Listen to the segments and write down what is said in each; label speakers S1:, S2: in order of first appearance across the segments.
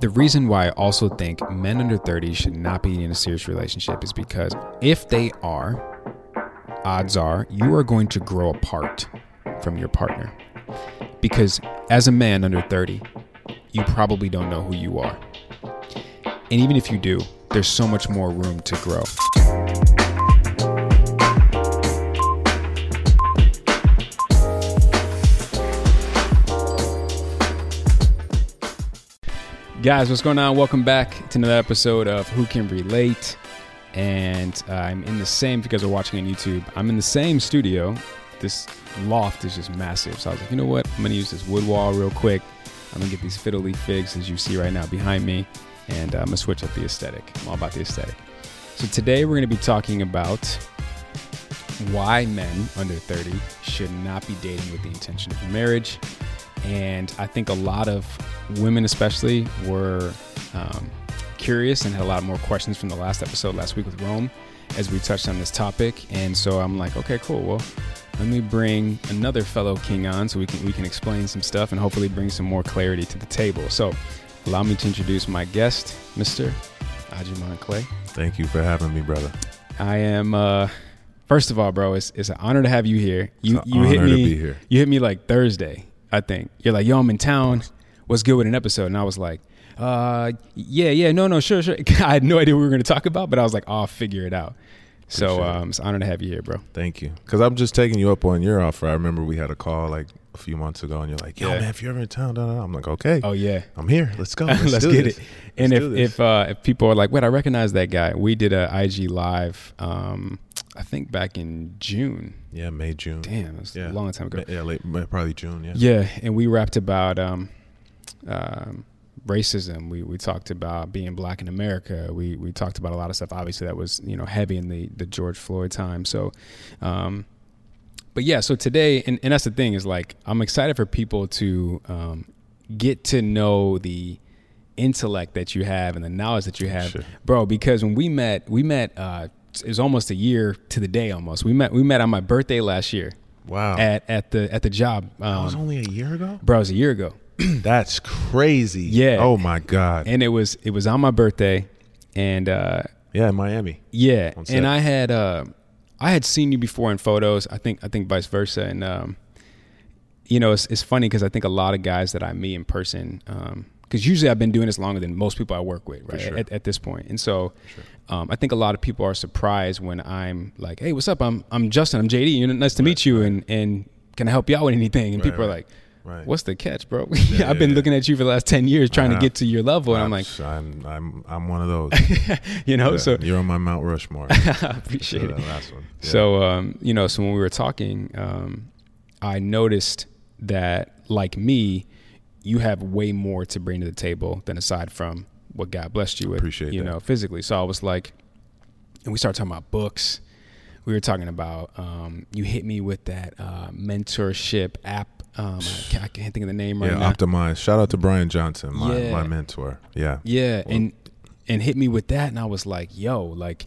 S1: The reason why I also think men under 30 should not be in a serious relationship is because if they are, odds are you are going to grow apart from your partner. Because as a man under 30, you probably don't know who you are. And even if you do, there's so much more room to grow. Guys, what's going on? Welcome back to another episode of Who Can Relate. And uh, I'm in the same, if you guys are watching on YouTube, I'm in the same studio. This loft is just massive. So I was like, you know what? I'm going to use this wood wall real quick. I'm going to get these fiddly figs, as you see right now behind me. And uh, I'm going to switch up the aesthetic. I'm all about the aesthetic. So today we're going to be talking about why men under 30 should not be dating with the intention of marriage. And I think a lot of women, especially, were um, curious and had a lot more questions from the last episode last week with Rome as we touched on this topic. And so I'm like, okay, cool. Well, let me bring another fellow king on so we can we can explain some stuff and hopefully bring some more clarity to the table. So allow me to introduce my guest, Mr. Ajimon Clay.
S2: Thank you for having me, brother.
S1: I am uh first of all, bro, it's it's an honor to have you here. You
S2: It's an
S1: you hit
S2: honor to
S1: me
S2: be here.
S1: you hit me like Thursday, I think. You're like, "Yo, I'm in town. What's good with an episode?" And I was like, "Uh, yeah, yeah, no, no, sure, sure." I had no idea what we were going to talk about, but I was like, "I'll figure it out." So,
S2: Appreciate it.
S1: um, it's an honor to have you here, bro.
S2: Thank you. Because I'm just taking you up on your offer. I remember we had a call like a few months ago, and you're like, yo,
S1: Yeah.
S2: man, if you're ever in town, da, da, da." I'm like, okay,
S1: Oh yeah.
S2: I'm here. Let's go. Let's,
S1: Let's,
S2: do
S1: get
S2: this.
S1: it. And
S2: Let's
S1: if
S2: do this.
S1: if uh, if people are like, "Wait, I recognize that guy," we did a IG live, um, I think back in June.
S2: yeah, May, June.
S1: Damn, it was
S2: Yeah.
S1: a long time ago.
S2: Ma- Yeah, late, May- probably June. Yeah.
S1: Yeah, and we rapped about um, um, racism. We we talked about being black in America. We we talked about a lot of stuff. Obviously, that was you know heavy in the the George Floyd time. So, um, but yeah. So today, and and that's the thing is like I'm excited for people to um, get to know the intellect that you have and the knowledge that you have,
S2: Sure.
S1: bro. Because when we met, we met. Uh, it was almost a year to the day. Almost we met. We met on my birthday last year
S2: Wow.
S1: at at the at the job.
S2: that was
S1: Um,
S2: only a year ago.
S1: bro, it was a year ago,
S2: That's crazy.
S1: Yeah.
S2: Oh my God.
S1: and it was it was on my birthday, and uh,
S2: yeah, in Miami.
S1: yeah,
S2: On set.
S1: and I had uh, I had seen you before in photos. I think I think vice versa, and um, you know, it's it's funny because I think a lot of guys that I meet in person, because usually I've been doing this longer than most people I work with, right?
S2: sure.
S1: At, at this point, and so. Um, I think a lot of people are surprised when I'm like, "Hey, what's up? I'm I'm Justin. I'm JD. You know, nice to meet you. And and can I help you out with anything?" And
S2: Right,
S1: people are
S2: right.
S1: like,
S2: Right.
S1: "What's the catch, bro?
S2: yeah,
S1: I've been
S2: yeah. Uh-huh.
S1: looking at you for the last ten years trying to
S2: know.
S1: get to your level." And I'm like,
S2: I'm I'm, I'm one of those.
S1: you know,
S2: Yeah,
S1: so
S2: you're on my Mount Rushmore.
S1: I appreciate
S2: Sure,
S1: it.
S2: that last one. Yeah.
S1: So, um, you know, so when we were talking, um, I noticed that, like me, you have way more to bring to the table than aside from what God blessed you with,
S2: Appreciate
S1: you
S2: that.
S1: know, physically. So I was like, and we started talking about books. We were talking about um, you hit me with that uh, mentorship app. Um, I, can't, I can't think of the name right
S2: yeah,
S1: now.
S2: optimize. Shout out to Brian Johnson, my,
S1: Yeah.
S2: my mentor. Yeah.
S1: Yeah, and and hit me with that, and I was like, "Yo, like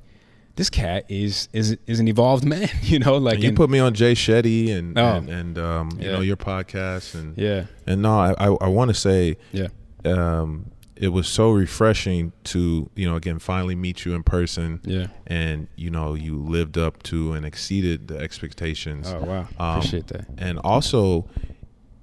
S1: this cat is is is an evolved man, you know?" Like
S2: you
S1: and-
S2: put me on Jay Shetty and
S1: Oh.
S2: and, and um, you
S1: Yeah.
S2: know your podcast and
S1: yeah,
S2: and no, I I, I want to say
S1: yeah,
S2: um, it was so refreshing to you know again finally meet you in person.
S1: yeah.
S2: And you know you lived up to and exceeded the expectations.
S1: Oh wow,
S2: Um,
S1: appreciate that.
S2: And also,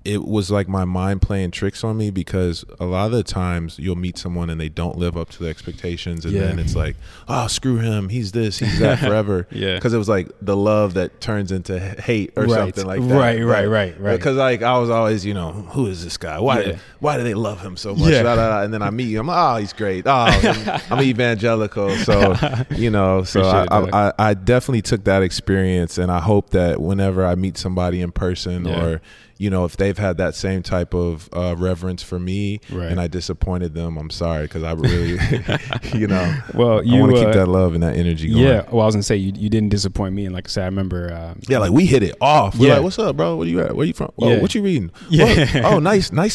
S2: it was like my mind playing tricks on me because a lot of the times you'll meet someone and they don't live up to the expectations, and
S1: Yeah.
S2: then it's like, oh, screw him. He's this, he's that forever.
S1: Yeah.
S2: Because it was like the love that turns into h- hate or
S1: Right.
S2: something like that.
S1: Right, right, right, right.
S2: Because like I was always, you know, who is this guy? Why,
S1: Yeah.
S2: why do they love him so much?
S1: Yeah.
S2: Da, da, da. And then I meet you. I'm like, oh, he's great. Oh, I'm- I'm evangelical. So, you know, so I,
S1: Appreciate that.
S2: I, I, I definitely took that experience and I hope that whenever I meet somebody in person
S1: Yeah.
S2: or you know, if they've had that same type of uh, reverence for me
S1: Right.
S2: and I disappointed them, I'm sorry because I really, you know,
S1: Well,
S2: I
S1: you,
S2: want to
S1: uh,
S2: keep that love and that energy going.
S1: Yeah. Well, I was gonna say you, you didn't disappoint me, and like I said, I remember. Um,
S2: Yeah, like we hit it off. We're
S1: Yeah.
S2: like, "What's up, bro? Where you at? Where you from? Oh,
S1: Yeah.
S2: what you reading?
S1: Yeah.
S2: What? Oh, nice, nice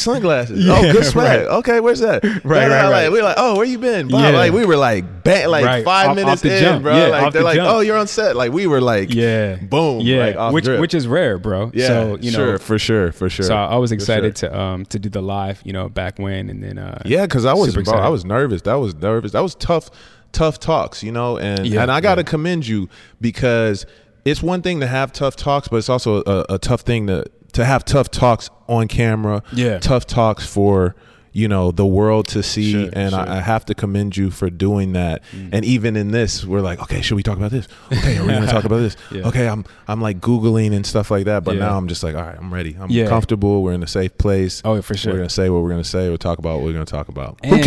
S2: sunglasses.
S1: Yeah,
S2: oh, good swag.
S1: right.
S2: Okay, where's that? Right,
S1: right, right.
S2: Like, we we're like, oh, where you been?
S1: Yeah.
S2: Blah, Like we were like, bang, like
S1: Right.
S2: five
S1: Off- off
S2: minutes
S1: the
S2: in,
S1: jump.
S2: bro.
S1: Yeah,
S2: like
S1: off
S2: they're
S1: the
S2: like,
S1: jump.
S2: oh, you're on set. Like we were like,
S1: yeah.
S2: boom,
S1: Yeah.
S2: like, off
S1: which
S2: drip.
S1: which is rare, bro.
S2: yeah,
S1: So you know.
S2: sure, for sure, for sure.
S1: So I was
S2: For
S1: excited
S2: sure.
S1: to um to do the live, you know, back when, and then uh
S2: Yeah, because I was
S1: Super
S2: bro, I
S1: excited.
S2: was nervous. That was nervous. That was tough, tough talks, you know. And
S1: Yeah,
S2: and I gotta
S1: yeah.
S2: commend you because it's one thing to have tough talks, but it's also a, a tough thing to to have tough talks on camera.
S1: Yeah.
S2: tough talks for you know the world to see.
S1: Sure,
S2: and
S1: sure. Mm.
S2: I, I have to commend you for doing that. And even in this, we're like, okay, should we talk about this? Okay, are we gonna talk about this?
S1: Yeah.
S2: Okay, I'm I'm like googling and stuff like that. But
S1: Yeah.
S2: now I'm just like, all right, I'm ready. I'm
S1: Yeah.
S2: comfortable. We're in a safe place.
S1: Oh, for sure.
S2: We're gonna say what we're gonna say. We'll talk about what we're gonna talk about.
S1: And- Who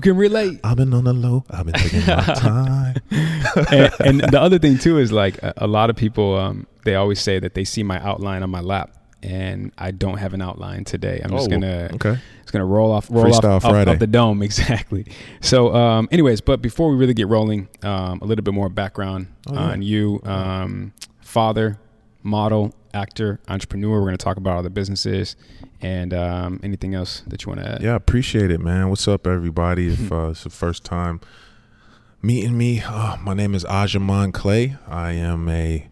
S1: can relate?
S2: I've been on the low. I've been taking my time.
S1: and, and the other thing too is like a, a lot of people um, they always say that they see my outline on my lap and I don't have an outline today. I'm just
S2: Oh,
S1: gonna
S2: okay.
S1: It's gonna roll off roll off,
S2: Freestyle
S1: off, off
S2: Friday.
S1: the dome exactly. So, um, anyways, but before we really get rolling, um, a little bit more background
S2: Oh,
S1: on you, um, father, model, actor, entrepreneur. We're gonna talk about all the businesses and um, anything else that you want to add.
S2: Yeah, appreciate it, man. What's up, everybody? If uh, it's the first time meeting me, uh, my name is Ajamon Clay. I am a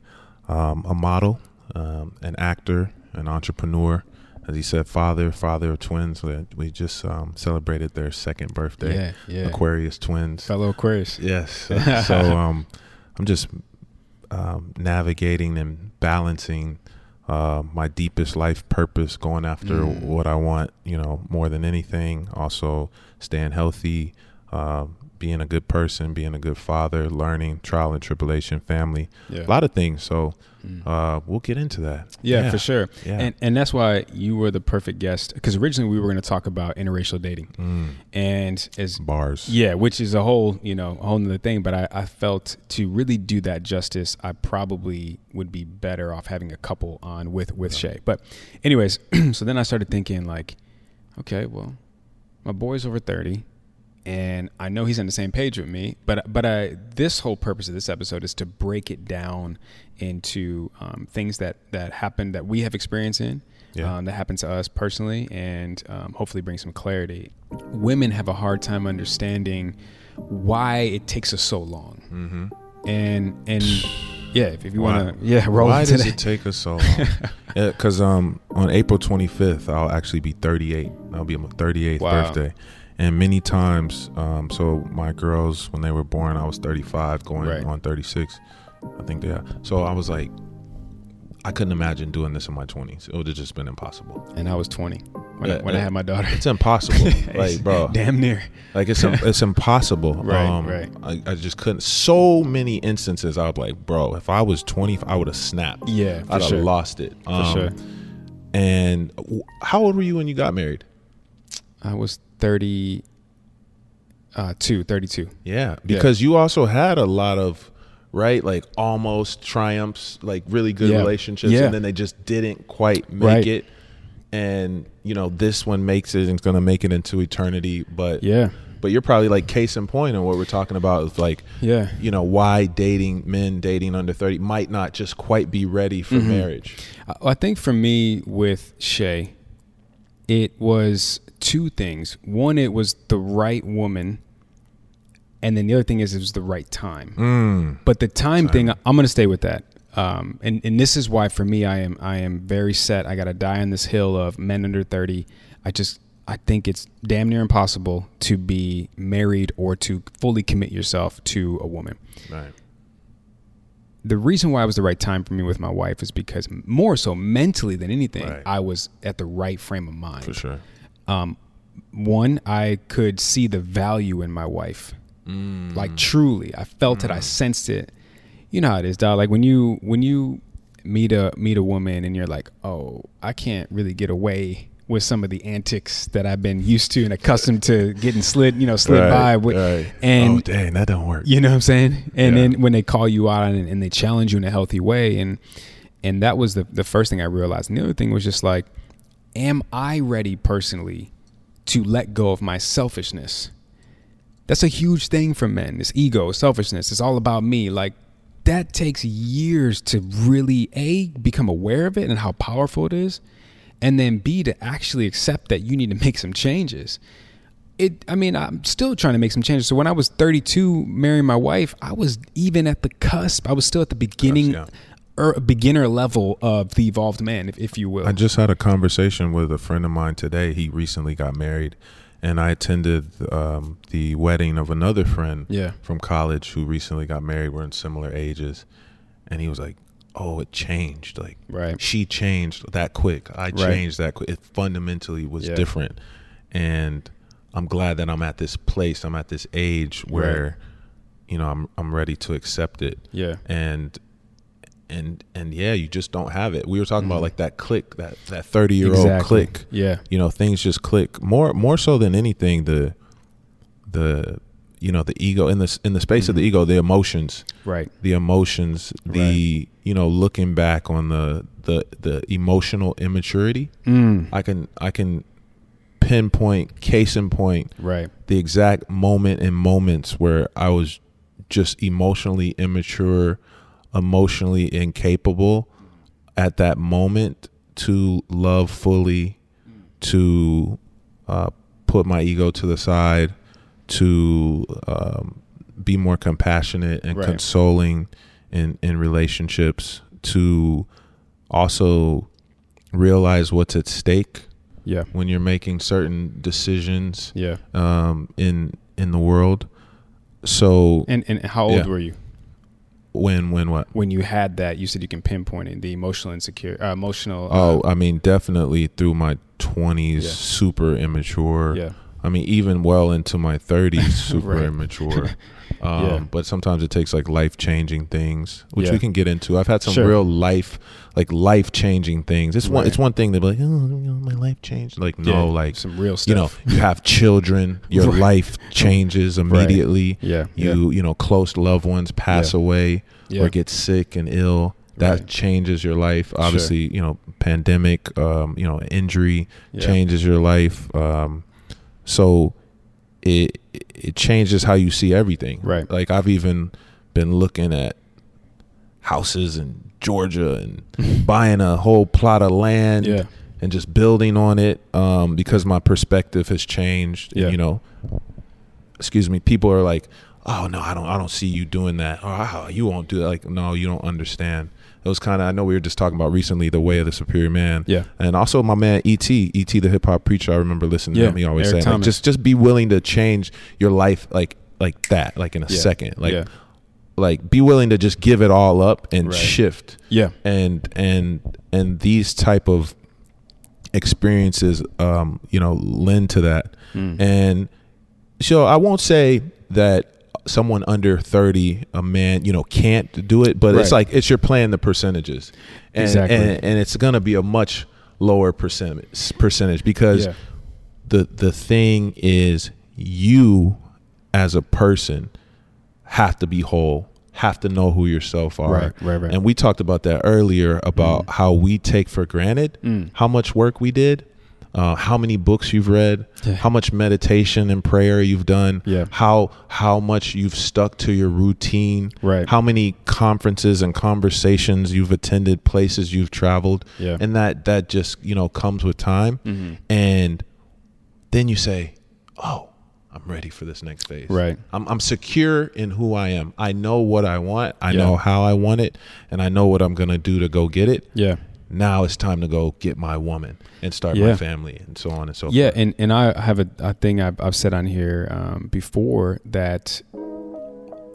S2: um, a model, um, an actor, an entrepreneur. As he said, father, father of twins. We- We just um, celebrated their second birthday.
S1: Yeah, yeah.
S2: Aquarius twins.
S1: Fellow Aquarius.
S2: Yes. So, so, um, I'm just um, navigating and balancing uh, my deepest life purpose, going after
S1: Mm.
S2: what I want, you know, more than anything. Also, staying healthy, uh, being a good person, being a good father, learning, trial and tribulation, family,
S1: Yeah. Mm.
S2: a lot of things. So, uh, we'll get into that.
S1: Yeah, for sure.
S2: Yeah.
S1: And and that's why you were the perfect guest because originally we were going to talk about interracial dating, and as
S2: Bars.
S1: yeah, which is a whole you know a whole nother thing. But I, I felt to really do that justice, I probably would be better off having a couple on with with Shay. But anyways, so then I started thinking like, okay, well, my boy's over 30 and i know he's on the same page with me but but i this whole purpose of this episode is to break it down into um, things that that happen that we have experience in
S2: Yeah.
S1: um, that happened to us personally and um, hopefully bring some clarity women have a hard time understanding why it takes us so long and and yeah if, if you
S2: Mm-hmm. Why-
S1: want to yeah roll
S2: Why
S1: into
S2: does
S1: that.
S2: it take us so long? Because um, on April 25th, I'll actually be 38. I'll be on my 38th
S1: Wow.
S2: birthday. And many times, um, so my girls, when they were born, I was 35, going
S1: Right.
S2: on 36. I think they are. So I was like, I couldn't imagine doing this in my 20s. It would have just been impossible.
S1: and i was 20 when, I,
S2: Yeah,
S1: when I
S2: yeah.
S1: had my daughter
S2: It's impossible. like, bro.
S1: damn near
S2: Like it's it's impossible. Um,
S1: Right, right.
S2: I, I just couldn't. So many instances I was like, bro, if I was 20, I would have snapped.
S1: Yeah, for
S2: I'd
S1: sure.
S2: have lost it. Um,
S1: for sure
S2: And w- how old were you when you got married?
S1: I was 30, uh, two, 32.
S2: Yeah, because you also had a lot of right, like almost triumphs, like really good
S1: Yeah.
S2: relationships,
S1: Yeah.
S2: and then they just didn't quite make
S1: Right.
S2: it. And you know, this one makes it and it's gonna make it into eternity. But
S1: Yeah.
S2: but you're probably like case in point on what we're talking about is like
S1: Yeah.
S2: you know why dating men dating under 30 might not just quite be ready for
S1: Mm-hmm.
S2: marriage
S1: I, I think for me with Shay, it was two things. One, it was the right woman. And then the other thing is, it was the right time. But the time thing, I'm going to stay with that. Um, and, and this is why for me, I am I am very set. I got to die on this hill of men under 30. I just I think it's damn near impossible to be married or to fully commit yourself to a woman.
S2: right
S1: the reason why it was the right time for me with my wife is because more so mentally than anything,
S2: Right.
S1: I was at the right frame of mind.
S2: for sure
S1: One, I could see the value in my wife.
S2: Mm.
S1: Like truly, I felt it. I sensed it. You know how it is, dog. Like when you when you meet a meet a woman and you're like, oh, I can't really get away with some of the antics that I've been used to and accustomed to getting slid, you know, slid by. With,
S2: and
S1: And
S2: oh dang that don't work
S1: you know what I'm saying? And
S2: Yeah.
S1: then when they call you out and, and they challenge you in a healthy way, and and that was the the first thing I realized. And the other thing was just like, am I ready personally to let go of my selfishness? That's a huge thing for men. This ego, selfishness. It's all about me. Like that takes years to really a become aware of it and how powerful it is, and then b to actually accept that you need to make some changes. It. I mean, I'm still trying to make some changes. So when I was 32, marrying my wife, I was even at the cusp. I was still at the beginning
S2: Cusp, yeah.
S1: or beginner level of the evolved man, if, if you will.
S2: I just had a conversation with a friend of mine today. He recently got married, and I attended um, the wedding of another friend
S1: Yeah.
S2: from college who recently got married. We're in similar ages, and he was like, "Oh, it changed. Like,
S1: Right.
S2: She changed that quick. I changed that quick. It fundamentally was
S1: Yeah.
S2: different, and I'm glad that I'm at this place. I'm at this age where." You know, I'm I'm ready to accept it.
S1: Yeah.
S2: And and and yeah, you just don't have it. We were talking about like that click, that that thirty year old
S1: Exactly.
S2: click.
S1: Yeah.
S2: you know things just click more more so than anything. The the you know the ego in this in the space of the ego, the emotions,
S1: Right.
S2: the emotions, the you know looking back on the the the emotional immaturity. I can I can pinpoint case in point
S1: Right.
S2: the exact moment and moments where I was just emotionally immature, emotionally incapable at that moment to love fully, to uh, put my ego to the side, to um, be more compassionate and
S1: Right.
S2: consoling in, in relationships, to also realize what's at stake
S1: Yeah.
S2: when you're making certain decisions
S1: Yeah.
S2: um, in in the world. So
S1: And and how old
S2: Yeah.
S1: were you
S2: when when what?
S1: when you had that? You said you can pinpoint it, the emotional insecure, uh, emotional. uh,
S2: Oh, I mean, definitely through my twenties,
S1: Yeah.
S2: super immature.
S1: Yeah.
S2: I mean, even well into my thirties, super
S1: Right.
S2: immature. Um,
S1: Yeah.
S2: But sometimes it takes like life changing things, which
S1: Yeah.
S2: we can get into. I've had some
S1: Sure.
S2: real life, like life changing things. It's one.
S1: Right.
S2: It's one thing to be like, oh, you know, my life changed. Like
S1: yeah,
S2: no, like
S1: some real stuff.
S2: you know, you have children, your
S1: Right.
S2: life changes immediately.
S1: Yeah,
S2: You, you know, close loved ones pass
S1: Yeah.
S2: away
S1: Yeah.
S2: or get sick and ill. That
S1: Right.
S2: changes your life. Obviously, you know, pandemic, um, you know, injury
S1: Yeah.
S2: changes your life. Um, so it it changes how you see everything.
S1: Right.
S2: Like I've even been looking at houses in Georgia and buying a whole plot of land
S1: Yeah.
S2: and just building on it um, because my perspective has changed.
S1: Yeah.
S2: You know, excuse me. People are like, "Oh no, I don't, I don't see you doing that. Or oh, you won't do that." Like, no, you don't understand. It was kind of. I know we were just talking about recently the way of the superior man.
S1: Yeah.
S2: And also my man E Et, Et the hip hop preacher. I remember listening
S1: Yeah,
S2: to him. He always
S1: Eric
S2: saying, like,
S1: Thomas.
S2: just just be willing to change your life like like that, like in a
S1: Yeah.
S2: second, like.
S1: Yeah.
S2: Like, be willing to just give it all up and
S1: Right.
S2: shift
S1: Yeah.
S2: and and and these type of experiences um you know lend to that
S1: Hmm.
S2: and so i won't say that someone under 30 a man you know can't do it but it's
S1: Right.
S2: like it's you're playing the percentages and
S1: Exactly.
S2: and, and it's going to be a much lower percentage percentage because
S1: Yeah.
S2: the the thing is you as a person have to be whole have to know who yourself are
S1: Right, right, right.
S2: and we talked about that earlier
S1: Mm.
S2: about how we take for granted how much work we did uh, how many books you've read
S1: Yeah.
S2: how much meditation and prayer you've done
S1: Yeah.
S2: how how much you've stuck to your routine
S1: Right.
S2: how many conferences and conversations you've attended places you've traveled
S1: Yeah. Mm-hmm.
S2: and that that just you know comes with time and then you say, "Oh, I'm ready for this next phase."
S1: Right.
S2: I'm, I'm secure in who I am. I know what I want. I
S1: Yeah.
S2: know how I want it, and I know what I'm gonna do to go get it.
S1: Yeah.
S2: Now it's time to go get my woman and start
S1: Yeah.
S2: my family and so on and so
S1: Yeah,
S2: forth.
S1: and, and I have a, a thing I've, I've said on here um, before that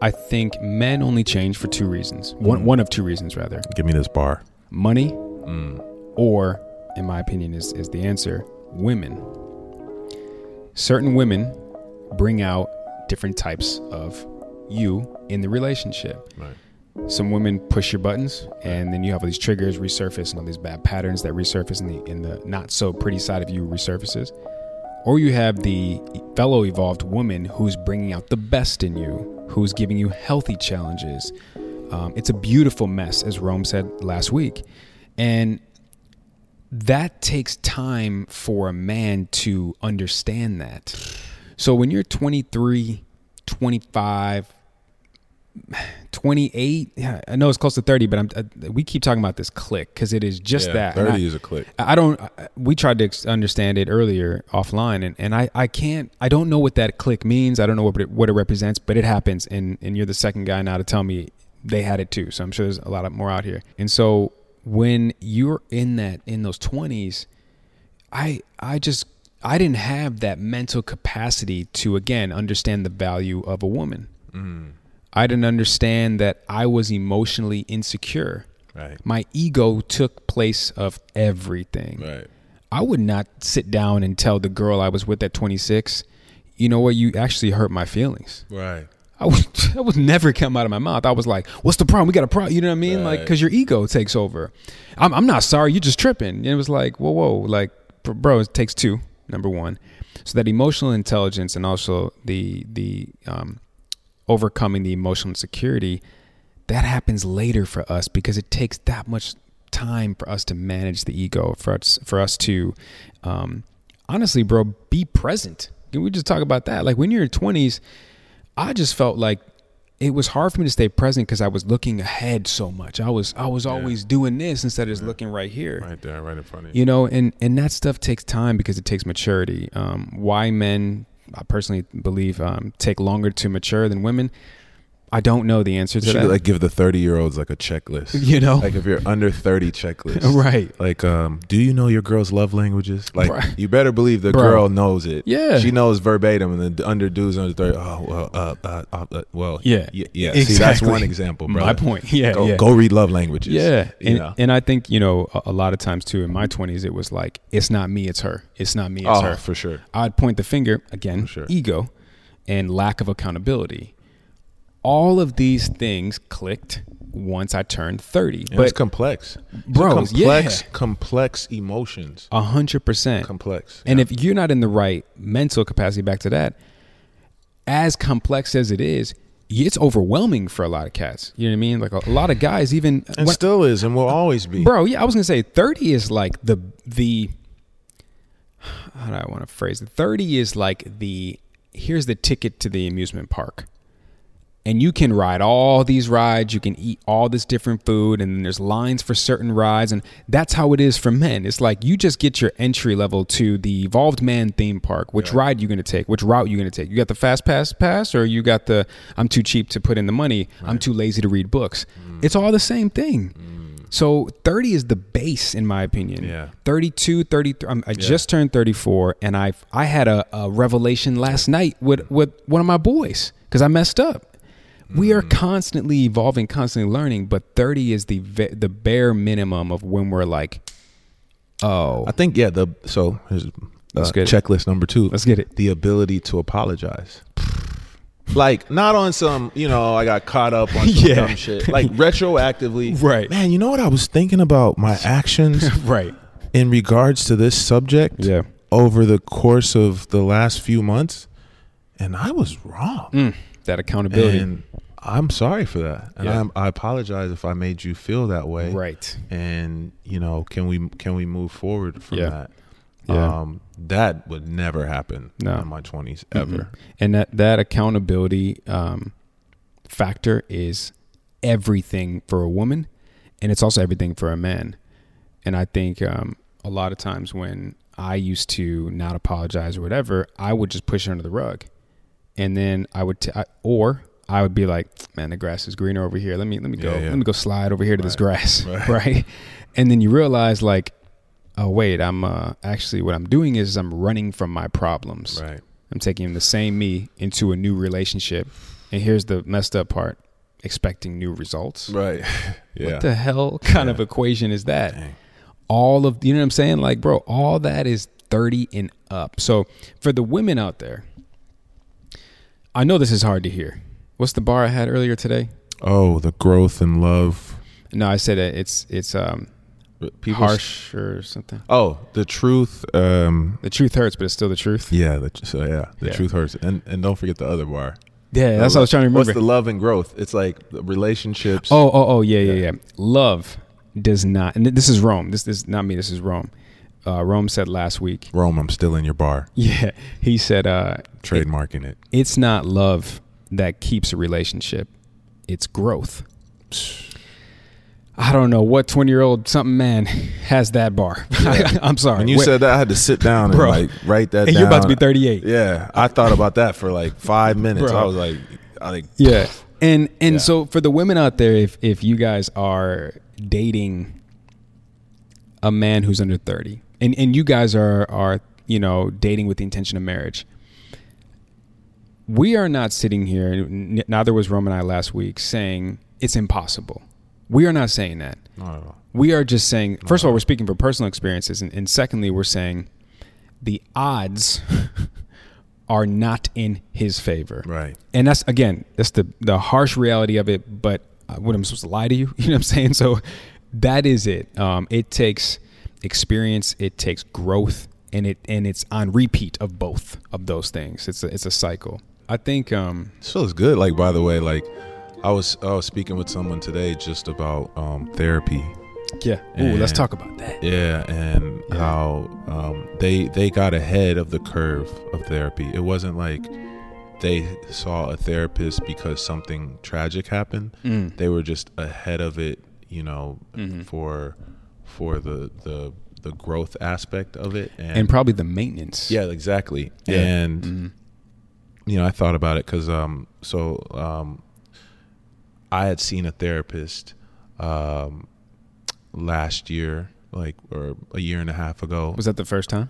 S1: I think men only change for two reasons.
S2: Mm.
S1: One one of two reasons rather,
S2: Give me this bar.
S1: money,
S2: Mm.
S1: or, in my opinion, is is the answer. Women. Certain women bring out different types of you in the relationship
S2: Right.
S1: some women push your buttons and then you have all these triggers resurface and all these bad patterns that resurface in the in the not so pretty side of you resurfaces or you have the fellow evolved woman who's bringing out the best in you who's giving you healthy challenges Um, it's a beautiful mess, as Rome said last week. And that takes time for a man to understand that. So when you're 23, 25, 28, yeah, I know it's close to 30, but I'm, I, we keep talking about this click because it is just
S2: Yeah,
S1: that. And I-
S2: Thirty is a click.
S1: I don't. I- We tried to ex- understand it earlier offline, and, and I, I can't. I don't know what that click means. I don't know what it, what it represents, but it happens. And and you're the second guy now to tell me they had it too. So I'm sure there's a lot of more out here. And so when you're in that in those twenties, I I just I didn't have that mental capacity to again understand the value of a woman. I didn't understand that I was emotionally insecure.
S2: Right.
S1: My ego took place of everything.
S2: Right.
S1: I would not sit down and tell the girl I was with at 26, you know what, you actually hurt my feelings.
S2: Right.
S1: I would, I would never come out of my mouth. I was like, what's the problem? We got a problem. You know what I mean? Like,
S2: Right.
S1: because your ego takes over. I'm, I'm not sorry. You're just tripping. And it was like, whoa, whoa. Like, br- bro, it takes two, number one. So that emotional intelligence and also the, the um, overcoming the emotional insecurity, that happens later for us because it takes that much time for us to manage the ego, for us, for us to, um, honestly, bro, be present. Can we just talk about that? Like, when you're in your 20s, I just felt like it was hard for me to stay present because I was looking ahead so much. I was I was always doing this instead of just looking right here.
S2: Right there, right in front of you.
S1: You know, and and that stuff takes time because it takes maturity. Um, why men, I personally believe, um, take longer to mature than women. I don't know the answer to
S2: Should
S1: that.
S2: like give the thirty year olds like a checklist.
S1: You know?
S2: like if you're under thirty, checklist.
S1: Right.
S2: Like, um, do you know your girl's love languages? Like,
S1: Bruh.
S2: you better believe the
S1: Bro.
S2: girl knows it.
S1: Yeah.
S2: she knows verbatim, and the under dudes under thirty. Oh well, uh, uh, uh, uh well,
S1: yeah,
S2: yeah. yeah. See, that's one example, bro.
S1: My point. Yeah,
S2: Go,
S1: yeah.
S2: go read love languages.
S1: Yeah,
S2: you
S1: and,
S2: know.
S1: and I think you know a, a lot of times too in my twenties it was like it's not me, it's her. It's not me, it's
S2: Oh,
S1: her.
S2: for sure.
S1: I'd point the finger again,
S2: sure.
S1: ego, and lack of accountability. All of these things clicked once I turned thirty,
S2: And it's
S1: but
S2: complex, It's a
S1: Bro,
S2: complex,
S1: yeah.
S2: complex emotions,
S1: a hundred percent.
S2: complex.
S1: And if you're not in the right mental capacity, back to that, as complex as it is, it's overwhelming for a lot of cats. You know what I mean? Like a, a lot of guys, even when-
S2: and still is, and will always be.
S1: bro yeah i was gonna say 30 is like the the how do i want to phrase it 30 is like the here's the ticket to the amusement park and you can ride all these rides you can eat all this different food and there's lines for certain rides and that's how it is for men it's like you just get your entry level to the evolved man theme park which ride you going to take which route you going to take you got the fast pass pass or you got the i'm too cheap to put in the money i'm too lazy to read books it's all the same thing so 30 is the base in my opinion
S2: Yeah.
S1: 32 33 I'm, i just turned 34 and i i had a, a revelation last night with with one of my boys because i messed up we are constantly evolving, constantly learning, but 30 is the ve- the bare minimum of when we're like, oh,
S2: I think yeah. The so here's, uh,
S1: Let's get it.
S2: checklist number two.
S1: Let's get it.
S2: The ability to apologize. like not on some you know I got caught up on some
S1: Yeah.
S2: dumb shit. Like retroactively.
S1: Right.
S2: Man, you know what I was thinking about my actions
S1: right,
S2: in regards to this subject.
S1: Yeah.
S2: Over the course of the last few months, and I was wrong.
S1: Mm, that accountability,
S2: And I'm sorry for that, and
S1: Yeah.
S2: I'm, I apologize if I made you feel that way.
S1: right,
S2: And you know, can we can we move forward from
S1: Yeah.
S2: that?
S1: Yeah.
S2: Um, that would never happen
S1: No.
S2: in my 20s ever.
S1: and that that accountability um, factor is everything for a woman, and it's also everything for a man. And I think um, a lot of times when I used to not apologize or whatever, I would just push it under the rug. and then I would, t- I, or I would be like, man, the grass is greener over here. Let me, let me go,
S2: Yeah, yeah.
S1: let me go slide over here to this grass, right.
S2: Right.
S1: And then you realize like, oh wait, I'm uh, actually what I'm doing is I'm running from my problems.
S2: Right.
S1: I'm taking the same me into a new relationship, and here's the messed up part: expecting new results.
S2: Right. yeah.
S1: What the hell kind of equation is that? All of you know what I'm saying? Like, bro, all that is 30 and up. So for the women out there, I know this is hard to hear. What's the bar I had earlier today?
S2: oh, the growth and love.
S1: No, I said it- it's it's um
S2: People
S1: harsh or something.
S2: Oh, the truth. Um,
S1: The truth hurts, but it's still the truth.
S2: yeah. The, so yeah, the
S1: Yeah.
S2: truth hurts, and and don't forget the other bar.
S1: Yeah, that's what I was trying to
S2: What's
S1: remember.
S2: the love and growth? It's like relationships.
S1: Oh, oh, oh, yeah, yeah, yeah. Love does not, and th- this is Rome. This, this is not me. This is Rome. Uh, Rome said last week.
S2: Rome, I'm still in your bar,
S1: Yeah, he said uh,
S2: trademarking it.
S1: it's not love that keeps a relationship; it's growth. I don't know what twenty-year-old something man has that bar. I'm sorry.
S2: When you
S1: Wait,
S2: said that, I had to sit down and
S1: Bro.
S2: like write that.
S1: And you're about to
S2: down.
S1: be 38.
S2: Yeah, I thought about that for like five minutes.
S1: Bro.
S2: I was like, I like,
S1: Yeah. And and
S2: Yeah.
S1: so for the women out there, if if you guys are dating a man who's under thirty, and and you guys are are you know dating with the intention of marriage, we are not sitting here. n- Neither was Rome and I last week saying it's impossible. We are not saying that.
S2: I don't know.
S1: We are just saying. First of all, we're speaking from personal experiences, and, and secondly, we're saying the odds are not in his favor
S2: right.
S1: and that's again that's the the harsh reality of it but uh, what i'm supposed to lie to you you know what i'm saying so that is it um it takes experience it takes growth and it and it's on repeat of both of those things it's a, it's a cycle i think um
S2: This feels good. Like by the way, like I was I was speaking with someone today just about um, therapy.
S1: yeah Ooh, let's
S2: And-
S1: talk about that
S2: Yeah, and how um, they they got ahead of the curve of therapy. It wasn't like they saw a therapist because something tragic happened. They were just ahead of it, you know, for for the the the growth aspect of it
S1: and probably the maintenance
S2: yeah, exactly.
S1: Yeah. Mm-hmm.
S2: And you know, I thought about it because um, so um, I had seen a therapist um last year, like or a year and a half ago.
S1: was that the first time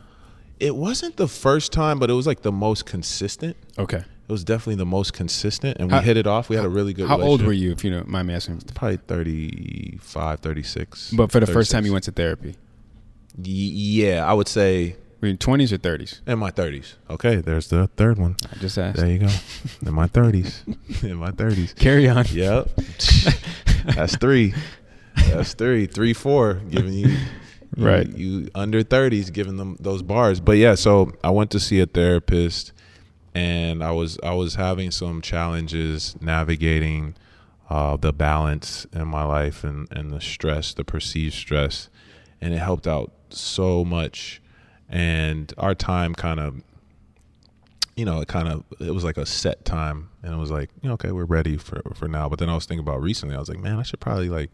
S2: It wasn't the first time, but it was like the most consistent.
S1: okay
S2: It was definitely the most consistent, and we
S1: How-
S2: hit it off. We had a really good.
S1: how old were
S2: relationship.
S1: you if you don't mind me asking
S2: Probably 35, 36.
S1: but for the first time
S2: 36.
S1: you went to therapy
S2: Y- yeah, I would say
S1: were you in 20s or 30s
S2: in my thirties. Okay, there's the third one.
S1: i just asked
S2: There you go. In my thirties. In my thirties.
S1: carry on
S2: Yep. That's three. That's three. Three, four. Giving you you-
S1: Right.
S2: You, under thirties, giving them those bars. But yeah, so I went to see a therapist, and I was I was having some challenges navigating uh, the balance in my life and and the stress, the perceived stress, and it helped out so much. And our time kind of you know, it kind of it was like a set time, and it was like, you know, okay, we're ready for for now. But then I was thinking about recently, I was like, man, I should probably like,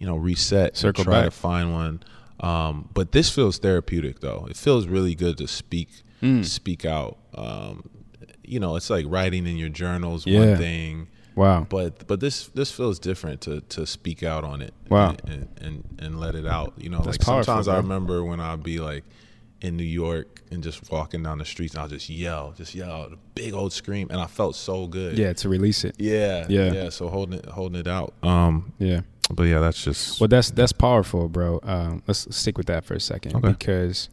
S2: you know, reset, and
S1: Circle
S2: try to
S1: back.
S2: find one. Um, but this feels therapeutic though. It feels really good to speak
S1: Hmm.
S2: speak out. Um, you know, it's like writing in your journals
S1: Yeah.
S2: one thing,
S1: wow
S2: but but this this feels different to to speak out on it.
S1: Wow.
S2: and and, and let it out. You know, like
S1: powerful,
S2: sometimes I
S1: bro.
S2: remember when I'd be like in New York and just walking down the streets and I'll just yell, just yell, a big old scream, and I felt so good.
S1: yeah to release it
S2: Yeah,
S1: Yeah.
S2: yeah. So holding it, holding it out. Um,
S1: yeah.
S2: but yeah, that's just
S1: Well, that's that's powerful, bro. Um, let's stick with that for a second
S2: Okay.
S1: because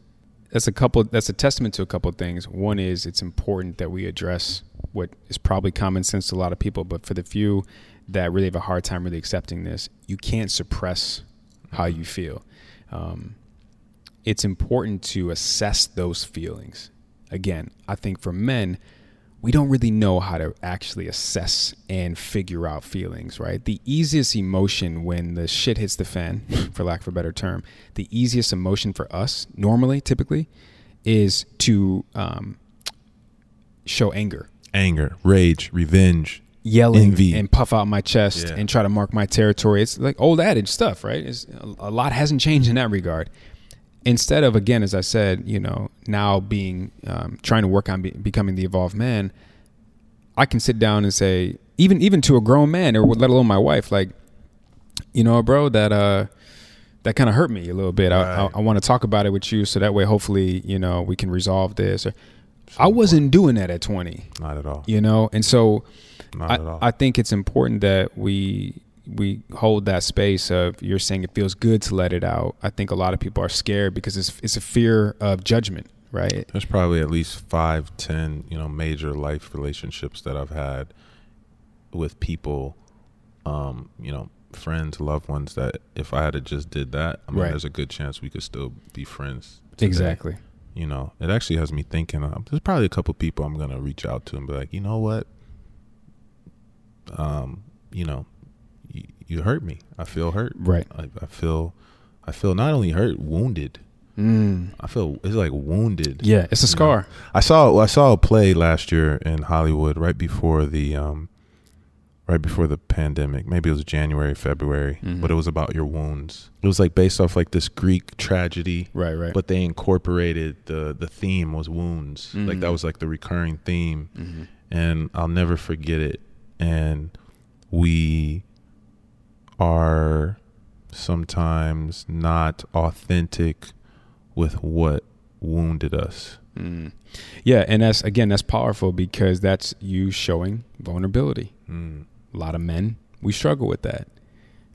S1: that's a couple. That's a testament to a couple things. One is it's important that we address what is probably common sense to a lot of people, but for the few that really have a hard time really accepting this, you can't suppress how you feel. Um, it's important to assess those feelings. Again, I think for men, we don't really know how to actually assess and figure out feelings, right? The easiest emotion when the shit hits the fan, for lack of a better term, the easiest emotion for us, normally, typically, is to um, show anger,
S2: anger, rage, revenge.
S1: yelling,
S2: Envy.
S1: and puff out my chest
S2: Yeah.
S1: and try to mark my territory. It's like old adage stuff, right? It's, a lot hasn't changed in that regard. Instead of, again, as I said, you know, now being um, trying to work on be- becoming the evolved man, I can sit down and say, even even to a grown man, or let alone my wife, like, you know, bro, that uh, that kind of hurt me a little bit. I, I,
S2: Right.
S1: I want to talk about it with you, so that way, hopefully, you know, we can resolve this. Or, I wasn't doing that at twenty,
S2: Not at all.
S1: you know, and so
S2: Not
S1: I,
S2: at all.
S1: I think it's important that we we hold that space of you're saying it feels good to let it out. I think a lot of people are scared because it's it's a fear of judgment, right?
S2: There's probably at least five, ten, you know, major life relationships that I've had with people, um, you know, friends, loved ones that if I had have just did that, I mean,
S1: Right.
S2: there's a good chance we could still be friends. today.
S1: Exactly.
S2: You know, it actually has me thinking. Uh, there's probably a couple people I'm gonna reach out to and be like, you know what, um, you know, you, you hurt me. I feel hurt.
S1: Right.
S2: I, I feel, I feel not only hurt, wounded.
S1: Mm.
S2: I feel it's like wounded.
S1: Yeah, it's a scar.
S2: I saw I saw a play last year in Hollywood right before the um right before the pandemic. Maybe it was January, February,
S1: Mhm.
S2: but it was about your wounds. It was like based off like this Greek tragedy,
S1: Right, right.
S2: but they incorporated the the theme was wounds. Like
S1: Mhm.
S2: that was like the recurring theme
S1: Mm-hmm.
S2: and I'll never forget it. And we are sometimes not authentic with what wounded us.
S1: Mm. Yeah, and that's again that's powerful because that's you showing vulnerability.
S2: Mm.
S1: A lot of men we struggle with that,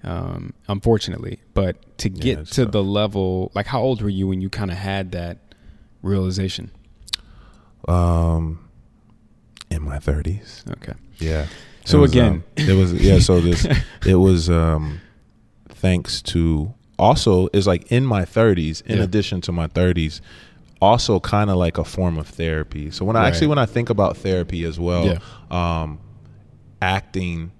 S1: um, unfortunately. But to get
S2: it's
S1: to
S2: tough.
S1: the level, like how old were you when you kind of had that realization?
S2: um in my 30s
S1: Okay.
S2: yeah
S1: So
S2: It was,
S1: again-
S2: um, it was yeah so this it was um thanks to also it's like in my 30s in
S1: Yeah.
S2: addition to my 30s also kind of like a form of therapy so when i actually
S1: Right.
S2: when i think about therapy as well um acting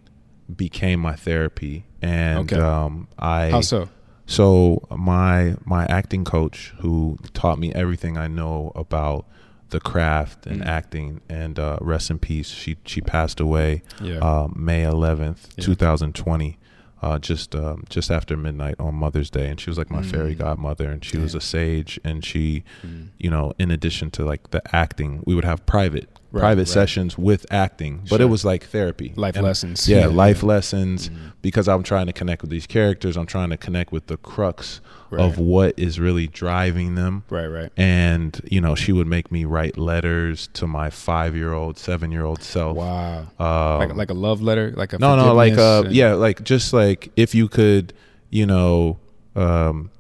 S2: became my therapy and
S1: Okay.
S2: um i
S1: How so?
S2: so my my acting coach, who taught me everything I know about the craft and
S1: Mm.
S2: acting, and uh, rest in peace. She she passed away
S1: Yeah.
S2: uh, May eleventh,
S1: Yeah.
S2: two thousand twenty. Uh, just um, just after midnight on Mother's Day, and she was like my
S1: Mm.
S2: fairy godmother, and she was
S1: Damn.
S2: a sage, and she,
S1: Mm.
S2: you know, in addition to like the acting, we would have private
S1: Right,
S2: private
S1: right.
S2: sessions with acting, but it
S1: Sure.
S2: was like therapy,
S1: Life
S2: And-
S1: lessons.
S2: yeah, life lessons
S1: Mm-hmm.
S2: because I'm trying to connect with these characters. I'm trying to connect with the crux
S1: Right.
S2: of what is really driving them.
S1: Right, right.
S2: And, you know, she would make me write letters to my five year old, seven year old self.
S1: Wow.
S2: Um,
S1: like like a love letter, like a
S2: no, no, like,
S1: forgiveness
S2: uh,
S1: and
S2: yeah, like just like if you could, you know, um,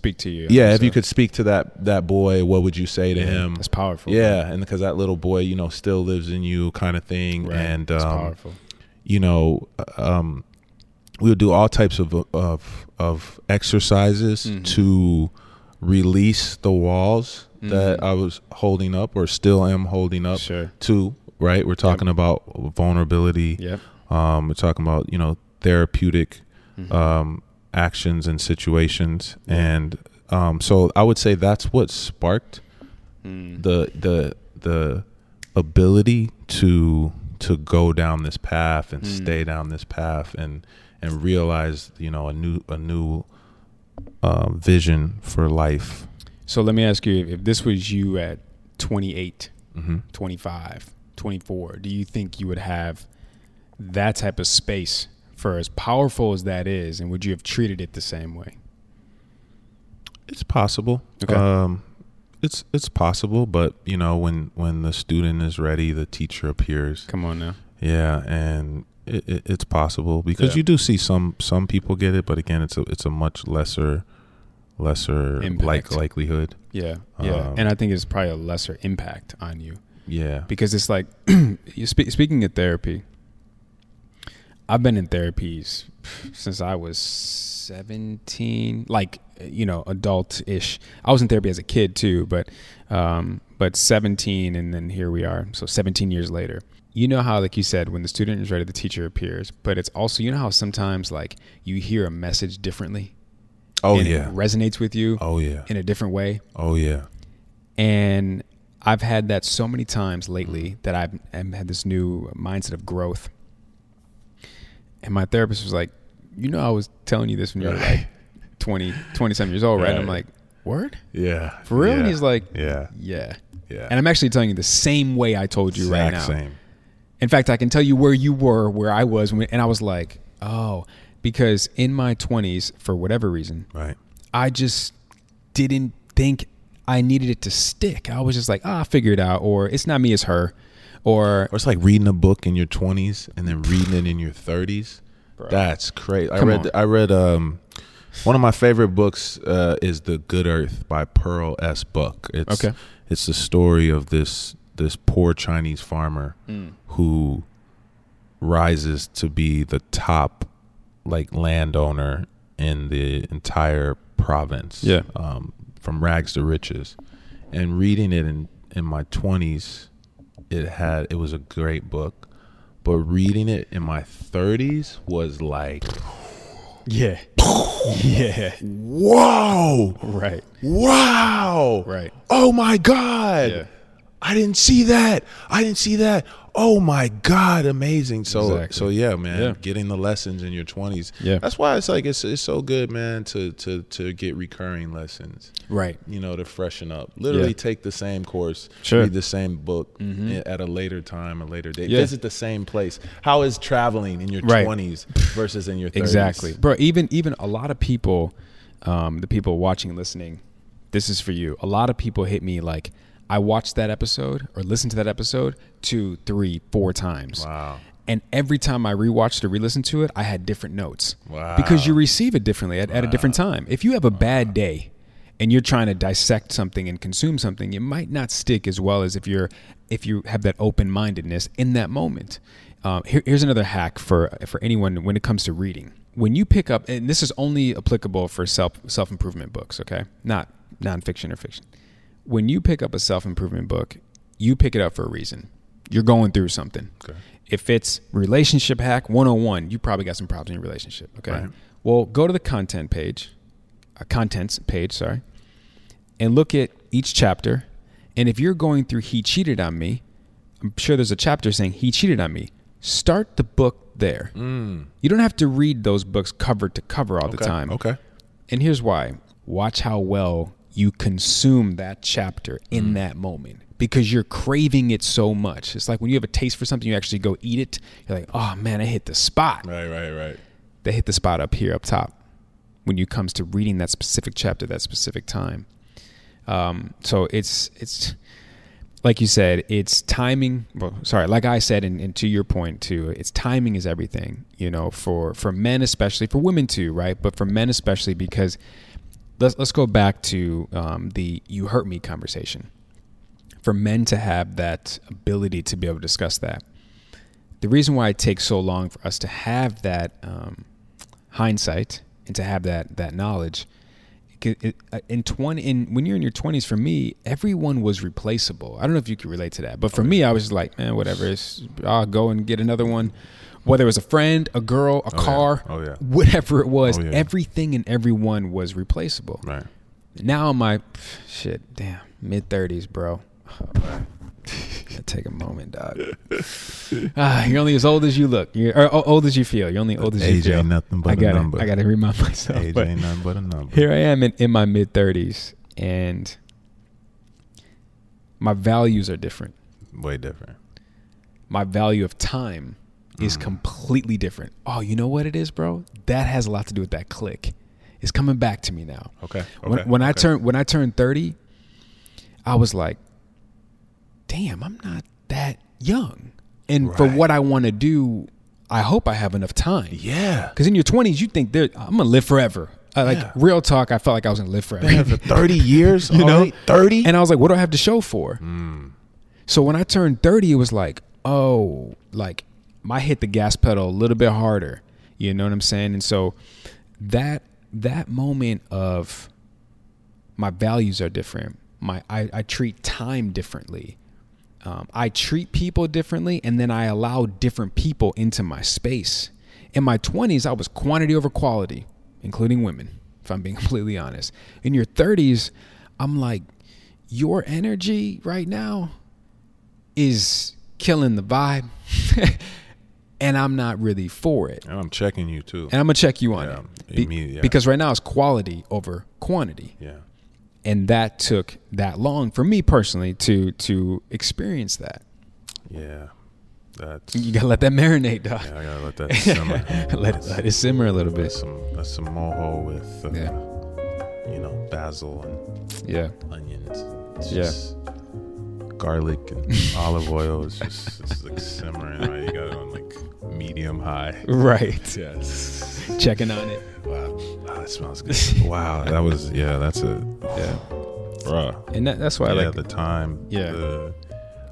S1: Speak to you.
S2: yeah, if
S1: So
S2: you could speak to that that boy, what would you say to
S1: Yeah,
S2: him?
S1: That's powerful.
S2: Yeah, and because that little boy, you know, still lives in you, kind of thing.
S1: Right.
S2: And
S1: that's
S2: um,
S1: powerful.
S2: you know, um, we'll do all types of of of exercises
S1: Mm-hmm.
S2: to release the walls
S1: Mm-hmm.
S2: that I was holding up or still am holding up
S1: Sure.
S2: to. Right, we're talking about vulnerability.
S1: Yep.
S2: Um, we're talking about you know therapeutic um, actions and situations, and um, so I would say that's what sparked the the the ability to to go down this path and stay down this path and and realize you know a new a new uh, vision for life.
S1: So let me ask you if this was you at 28,
S2: hmm
S1: 25, 24, do you think you would have that type of space for as powerful as that is? And would you have treated it the same way?
S2: It's possible.
S1: Okay.
S2: Um, it's it's possible, but you know when when the student is ready, the teacher appears.
S1: Come on now.
S2: Yeah, and it, it, it's possible because
S1: Yeah.
S2: you do see some some people get it, but again, it's a it's a much lesser lesser like
S1: Impact.
S2: likelihood.
S1: Yeah. Yeah.
S2: Um,
S1: and I think it's probably a lesser impact on you.
S2: Yeah.
S1: because it's like you spe- speaking of therapy i've been in therapies since i was 17 like you know adult-ish i was in therapy as a kid too but um but 17 and then here we are so 17 years later you know how like you said when the student is ready the teacher appears but it's also you know how sometimes like you hear a message differently
S2: oh
S1: and
S2: yeah.
S1: it resonates with you
S2: oh yeah.
S1: in a different way
S2: Oh yeah.
S1: and I've had that so many times lately that I've, I've had this new mindset of growth. And my therapist was like, You know, I was telling you this when you were like 20, 27 years old, right? And I'm like,
S2: Right.
S1: Word?
S2: Yeah.
S1: For real? And
S2: Yeah.
S1: he's like,
S2: Yeah.
S1: Yeah.
S2: Yeah.
S1: And I'm actually telling you the same way I told you right now.
S2: Exact Same.
S1: In fact, I can tell you where you were, where I was, when, and I was like, Oh, because in my 20s, for whatever reason,
S2: Right.
S1: I just didn't think I needed it to stick. I was just like, ah, I'll figure it out, or it's not me, it's her, or
S2: Or it's like reading a book in your twenties and then reading it in your thirties. That's crazy. I
S1: Come
S2: read.
S1: on.
S2: I read. Um, one of my favorite books uh, is "The Good Earth" by Pearl S. Buck. It's
S1: Okay.
S2: it's the story of this this poor Chinese farmer who rises to be the top like landowner in the entire province.
S1: Yeah.
S2: Um, from rags to riches. And reading it in, in my twenties, it had it was a great book. But reading it in my 30s was like,
S1: Yeah. yeah.
S2: whoa,
S1: Right.
S2: wow,
S1: Right.
S2: Oh my God,
S1: Yeah.
S2: I didn't see that. I didn't see that. Oh my God, amazing. So,
S1: Exactly.
S2: so yeah, man,
S1: Yeah.
S2: getting the lessons in your 20s.
S1: Yeah.
S2: that's why it's like it's it's so good, man, to to to get recurring lessons.
S1: Right.
S2: you know, to freshen up. Literally
S1: Yeah.
S2: take the same course,
S1: Sure. Mm-hmm.
S2: read the same book i- at a later time, a later date,
S1: Yeah.
S2: visit the same place. How is traveling in your
S1: Right.
S2: 20s versus in your 30s?
S1: Exactly, bro. Even even a lot of people, um, the people watching, and listening, this is for you. A lot of people hit me like, I watched that episode or listened to that episode two, three, four times.
S2: Wow.
S1: And every time I rewatched or re-listened to it, I had different notes. Because you receive it differently at, at a different time. If you have a bad day and you're trying to dissect something and consume something, it might not stick as well as if you're if you have that open mindedness in that moment. Um, here, here's another hack for for anyone when it comes to reading. When you pick up, and this is only applicable for self self improvement books, okay, not nonfiction or fiction. When you pick up a self improvement book, you pick it up for a reason. You're going through something. If it's relationship hack 101, you probably got some problems in your relationship. Okay.
S2: Right.
S1: Well, go to the content page, uh, contents page, sorry, and look at each chapter. And if you're going through He Cheated on Me, I'm sure there's a chapter saying He Cheated on Me. Start the book there. You don't have to read those books cover to cover all the
S2: Mm. Okay.
S1: time.
S2: Okay.
S1: And here's why watch how well you consume that chapter in that moment because you're craving it so much. It's like when you have a taste for something, you actually go eat it. You're like, oh man, I hit the spot.
S2: Right, right, right.
S1: They hit the spot up here, up top, when you comes to reading that specific chapter, that specific time. Um, so it's it's like you said, it's timing. Well, sorry, like I said, and, and to your point too, it's timing is everything. You know, for for men especially, for women too, right? But for men especially, because let's let's go back to um, the "you hurt me" conversation. For men to have that ability to be able to discuss that, the reason why it takes so long for us to have that um, hindsight and to have that that knowledge c- it- uh, in 20 in when you're in your 20s for me everyone was replaceable i don't know if you could relate to that but
S2: Oh,
S1: for me i was like man whatever it's, i'll go and get another one whether it was a friend a girl a car
S2: Oh, yeah.
S1: whatever it was
S2: Oh, yeah.
S1: everything and everyone was replaceable
S2: Right.
S1: now my pff, shit damn mid 30s bro Gotta take a moment dog ah, you're only as old as you look you're or, o- old as you feel you're only old as you
S2: Age
S1: feel
S2: ain't nothing but
S1: I
S2: a
S1: gotta,
S2: number.
S1: i gotta remind myself
S2: Age
S1: but-
S2: ain't nothing but a number.
S1: here I am in, in my mid 30s and my values are different.
S2: Way different.
S1: My value of time is
S2: Mm.
S1: completely different. Oh, you know what it is, bro? That has a lot to do with that click. It's coming back to me now.
S2: Okay,
S1: When,
S2: okay,
S1: when I
S2: okay.
S1: turned when I turned 30, I was like, "Damn, I'm not that young." And for
S2: Right.
S1: what I want to do, I hope I have enough time.
S2: Yeah.
S1: Because in your 20s, you think there I'm gonna live forever. I, like
S2: Yeah.
S1: real talk, I felt like I was gonna live forever.
S2: For 30 years,
S1: you know
S2: already? 30?
S1: and i was like what do i have to show for so when i turned 30 it was like oh like i hit the gas pedal a little bit harder you know what i'm saying and so that that moment of my values are different my i, I treat time differently um, i treat people differently and then i allow different people into my space in my 20s i was quantity over quality including women if i'm being completely honest in your 30s i'm like your energy right now is killing the vibe and i'm not really for it
S2: and I'm checking you too.
S1: and i'm gonna check you on
S2: Yeah,
S1: it Be-
S2: immediate- yeah.
S1: because right now it's quality over quantity
S2: yeah.
S1: and that took that long for me personally to to experience that
S2: Yeah. That's,
S1: you gotta let that marinate dog
S2: I gotta let that simmer.
S1: let, it, let it simmer a little
S2: That's
S1: bit
S2: some, that's some mojo with, uh, you know, basil and
S1: yeah
S2: onions. It's
S1: Yeah.
S2: just garlic and olive oil is just it's like simmering. Right? You got it on like medium high.
S1: right
S2: Yes.
S1: checking on it
S2: Wow. Wow, that smells good. wow. That was yeah. That's a
S1: yeah
S2: bruh.
S1: and that, that's why i
S2: yeah.
S1: like
S2: the time.
S1: Yeah.
S2: the-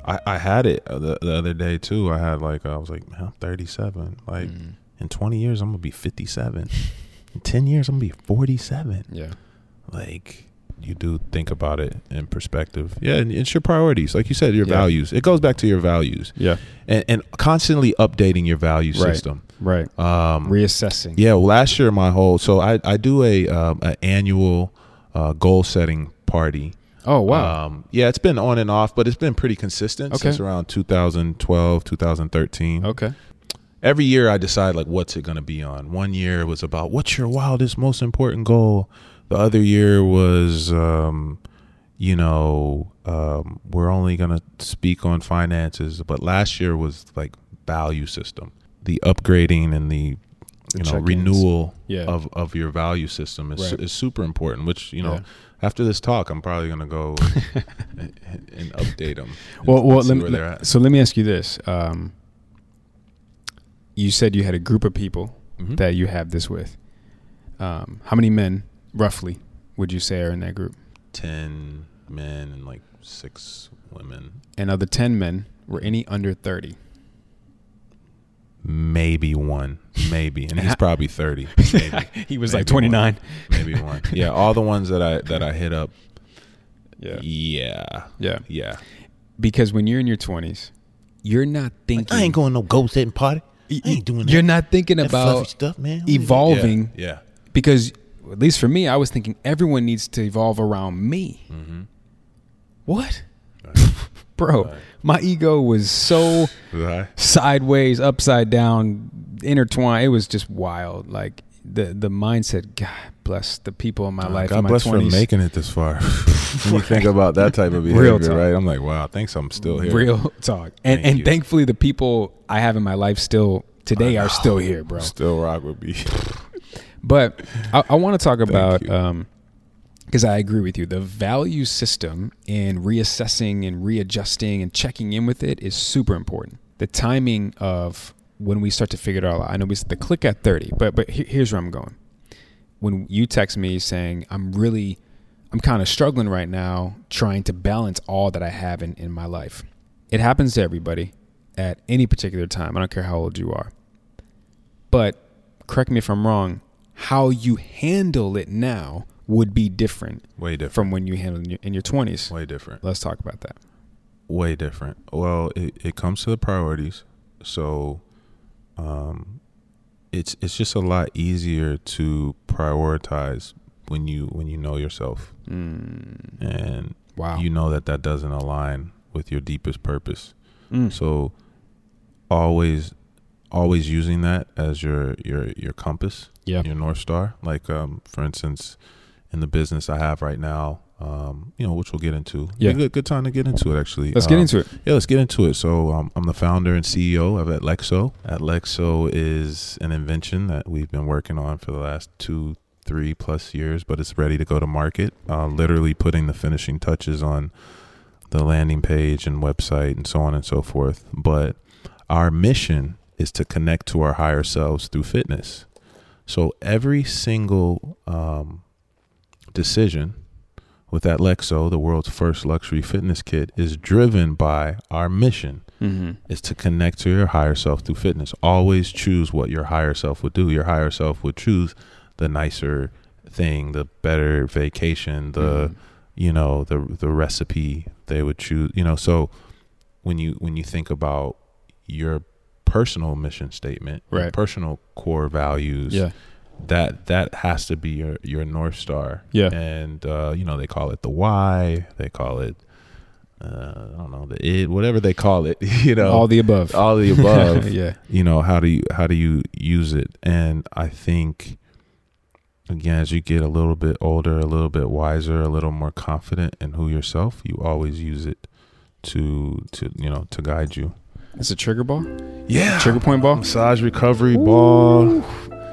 S2: I I had it uh, the, the other day too. I had like I was like man, I'm 37. Like
S1: Mm.
S2: in 20 years I'm gonna be 57. In 10 years I'm gonna be 47.
S1: yeah
S2: Like you do think about it in perspective. Yeah, and it's your priorities, like you said, your
S1: Yeah.
S2: values. It goes back to your values,
S1: Yeah.
S2: and, and constantly updating your value
S1: Right.
S2: system.
S1: Right.
S2: Um,
S1: Reassessing.
S2: yeah, well, last year my whole so I I do a um, an annual uh, goal setting party.
S1: Oh wow.
S2: Um, yeah, it's been on and off, but it's been pretty consistent
S1: Okay.
S2: since around 2012, 2013.
S1: okay.
S2: Every year I decide like what's it going to be on. One year it was about what's your wildest most important goal. The other year was um you know, um we're only going to speak on finances, but last year was like value system. The upgrading and the you know,
S1: check-ins.
S2: renewal
S1: Yeah.
S2: of of your value system is,
S1: Right.
S2: is super important. Which you know,
S1: Yeah.
S2: after this talk, I'm probably gonna go and, and update them.
S1: Well, well.
S2: see
S1: Let
S2: where they're
S1: me,
S2: at.
S1: so let me ask you this. Um, you said you had a group of people
S2: Mhm.
S1: that you have this with. Um, how many men, roughly, would you say are in that group?
S2: Ten men and like six women,
S1: And of the ten men, were any under thirty?
S2: maybe one, maybe, and he's probably thirty. Maybe,
S1: he was
S2: Maybe
S1: like twenty nine.
S2: one. maybe one. Yeah, all the ones that I that I hit up.
S1: Yeah.
S2: Yeah,
S1: Yeah.
S2: yeah.
S1: Because when you're in your twenties, you're not thinking.
S3: I ain't going to no ghost setting party. I ain't doing that.
S1: You're not thinking
S3: that fluffy
S1: about
S3: stuff, man.
S1: evolving.
S2: Yeah,
S1: because at least for me, I was thinking everyone needs to evolve around me.
S2: Mm-hmm.
S1: What, bro? My ego was so
S2: yeah. Right.
S1: sideways, upside down, intertwined. It was just wild. Like the the mindset. God bless the people in my life. in
S2: Uh, God
S1: my
S2: bless
S1: 20s.
S2: for making it this far. when you think about that type of behavior,
S1: talk.
S2: right? I'm like, wow. Thanks, I'm still here.
S1: real talk. And
S2: Thank
S1: and
S2: you.
S1: thankfully, the people I have in my life still today are still here, bro.
S2: Still rock with me.
S1: But I, I want to talk about
S2: you.
S1: because I agree with you. The value system and reassessing and readjusting and checking in with it is super important. The timing of when we start to figure it all out. I know we said the click at thirty, but but he- here's where I'm going. When you text me saying I'm really, I'm kind of struggling right now, trying to balance all that I have in, in my life. It happens to everybody at any particular time. I don't care how old you are but correct me if I'm wrong, how you handle it now would be different
S2: Way different.
S1: from when you handled it in your, in your 20s.
S2: Way different.
S1: Let's talk about that.
S2: Way different. Well, it, it comes to the priorities. So, um, it's it's just a lot easier to prioritize when you when you know yourself and
S1: Wow.
S2: you know that that doesn't align with your deepest purpose.
S1: Mm.
S2: So, always always using that as your your your compass.
S1: Yeah.
S2: your north star. Like um, for instance, in the business I have right now, um, you know, which we'll get into.
S1: Yeah.
S2: good, good time to get into it actually.
S1: Let's get
S2: Um,
S1: into it.
S2: Yeah, let's get into it. So um, I'm the founder and CEO of Atlexo. Atlexo is an invention that we've been working on for the last two, three plus years, but it's ready to go to market. Uh, literally putting the finishing touches on the landing page and website and so on and so forth. But our mission is to connect to our higher selves through fitness. So every single um, decision with that Lexo, the world's first luxury fitness kit, is driven by our mission is to connect to your higher self through fitness. Always choose what your higher self would do. Your higher self would choose the nicer thing, the better vacation,
S1: Mm-hmm.
S2: the you know, the the recipe they would choose, you know. So when you when you think about your personal mission statement, your
S1: Right.
S2: personal core values,
S1: Yeah.
S2: that that has to be your your north star.
S1: Yeah.
S2: and uh, you know they call it the why, they call it uh, I don't know the it, whatever they call it. You know,
S1: All the above.
S2: Oh. all the above.
S1: yeah.
S2: You know how do you how do you use it? And I think again, as you get a little bit older, a little bit wiser, a little more confident in who yourself, you always use it to to you know to guide you.
S1: It's a trigger ball,
S2: Yeah,
S1: trigger point ball.
S2: massage recovery ball.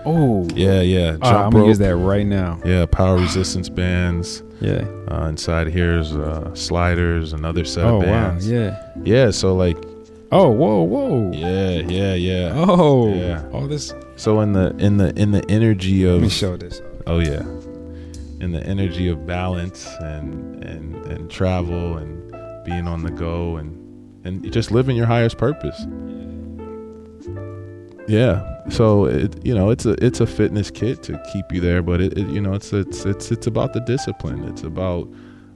S1: Oh,
S2: Yeah, yeah. Jump
S1: All right, I'm going to use
S2: rope.
S1: that right now.
S2: Yeah, power resistance bands.
S1: Yeah.
S2: Uh, inside here's uh, sliders, another set
S1: Oh,
S2: of
S1: wow.
S2: bands.
S1: Yeah.
S2: Yeah, so like,
S1: Oh, whoa, whoa.
S2: yeah, yeah, yeah.
S1: Oh,
S2: Yeah.
S1: all this.
S2: So in the in the in the energy
S1: Let me
S2: of
S1: show this.
S2: oh yeah, in the energy of balance and and and travel and being on the go and and just living your highest purpose. Yeah. So it, you know, it's a it's a fitness kit to keep you there, but it, it you know, it's it's it's it's about the discipline. It's about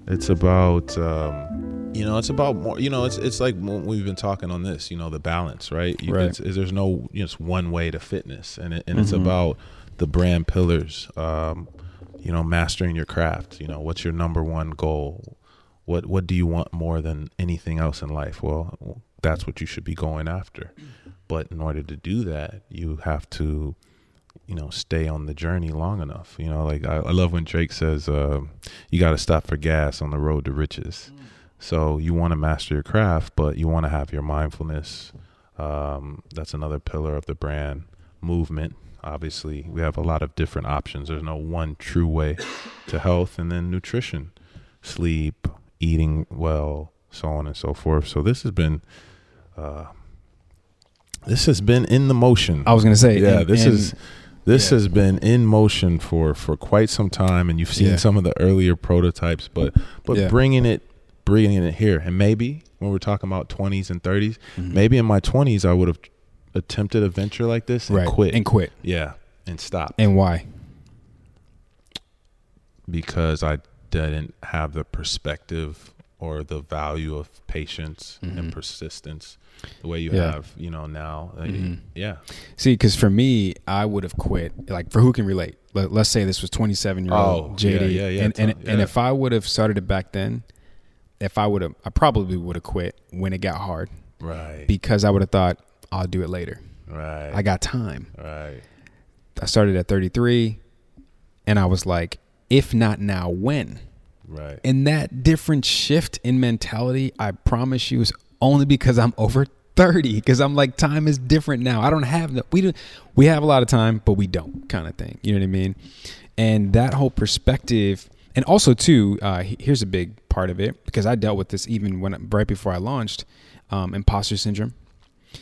S2: it's about um, you know, it's about more. You know, it's it's like what we've been talking on this. You know, the balance, right? You,
S1: Right.
S2: It's, it's- there's no you know, it's one way to fitness, and it, and it's about the brand pillars. Um, you know, mastering your craft. You know, what's your number one goal? What what do you want more than anything else in life? Well, that's what you should be going after. But in order to do that, you have to, you know, stay on the journey long enough. You know, like I, I love when Drake says, uh, "You got to stop for gas on the road to riches." So you want to master your craft, but you want to have your mindfulness. Um, that's another pillar of the brand movement. Obviously, we have a lot of different options. There's no one true way to health, and then nutrition, sleep, eating well, so on and so forth. So this has been, uh, this has been in the motion.
S1: I was gonna say,
S2: yeah,
S1: and-
S2: this
S1: and-
S2: is this
S1: yeah.
S2: has been in motion for for quite some time, and you've seen
S1: Yeah.
S2: some of the earlier prototypes, but but
S1: Yeah.
S2: bringing it bringing it here, and maybe when we're talking about 20s and 30s,
S1: Mm-hmm.
S2: maybe in my 20s I would have attempted a venture like this and
S1: right
S2: quit,
S1: and quit
S2: yeah, and stop
S1: and why?
S2: because I didn't have the perspective or the value of patience and persistence the way you
S1: Mm-hmm. Yeah. Mm-hmm.
S2: have, you know, now. Like, Yeah.
S1: See, because for me, I would have quit. Like for who can relate? Let, let's say this was 27 year old
S2: Oh,
S1: JD,
S2: yeah, yeah, yeah,
S1: and and,
S2: ton-
S1: and
S2: yeah.
S1: if I would have started it back then, if I would have, I probably would have quit when it got hard
S2: Right.
S1: because I would have thought I'll do it later.
S2: right.
S1: I got time.
S2: right.
S1: I started at 33, and I was like, if not now, when?
S2: Right.
S1: And that different shift in mentality, I promise you, is only because I'm over 30. Because I'm like, time is different now. I don't have the we do we have a lot of time, but we don't kind of thing. You know what I mean? And that whole perspective, and also too, uh, he- here's a big part of it because I dealt with this even when right before I launched, um, imposter syndrome.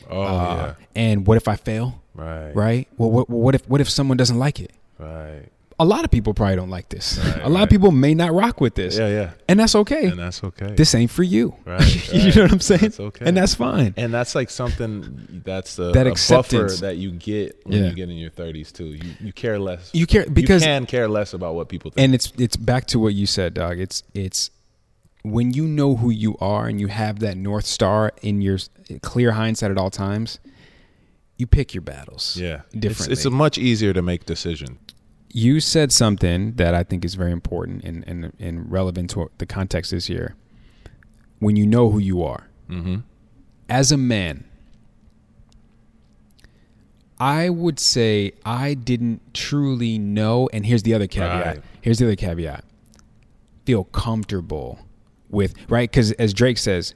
S2: oh,
S1: Uh, And what if I fail?
S2: yeah. Right.
S1: Right. Well, what, what if what if someone doesn't like it?
S2: Right.
S1: A lot of people probably don't like this.
S2: Right,
S1: a lot of
S2: right.
S1: people may not rock with this.
S2: Yeah, yeah.
S1: And that's okay
S2: And that's okay.
S1: this ain't for you.
S2: Right,
S1: you
S2: right.
S1: know what I'm saying?
S2: That's okay.
S1: And that's fine.
S2: and that's like something that's a,
S1: That
S2: a buffer
S1: acceptance.
S2: that you get when
S1: Yeah.
S2: you get in your 30s too. You you care less.
S1: You care- because-
S2: you can care less about what people think.
S1: And it's it's back to what you said, dog. It's it's when you know who you are and you have that north star in your s- clear hindsight at all times, you pick your battles.
S2: yeah,
S1: differently.
S2: It's, it's a much easier to make decision.
S1: you said something that I think is very important and and, and relevant to the context this year. When you know who you are, as a man, I would say I didn't truly know. And here's the other caveat.
S2: Right.
S1: Here's the other caveat. Feel comfortable with right because as Drake says,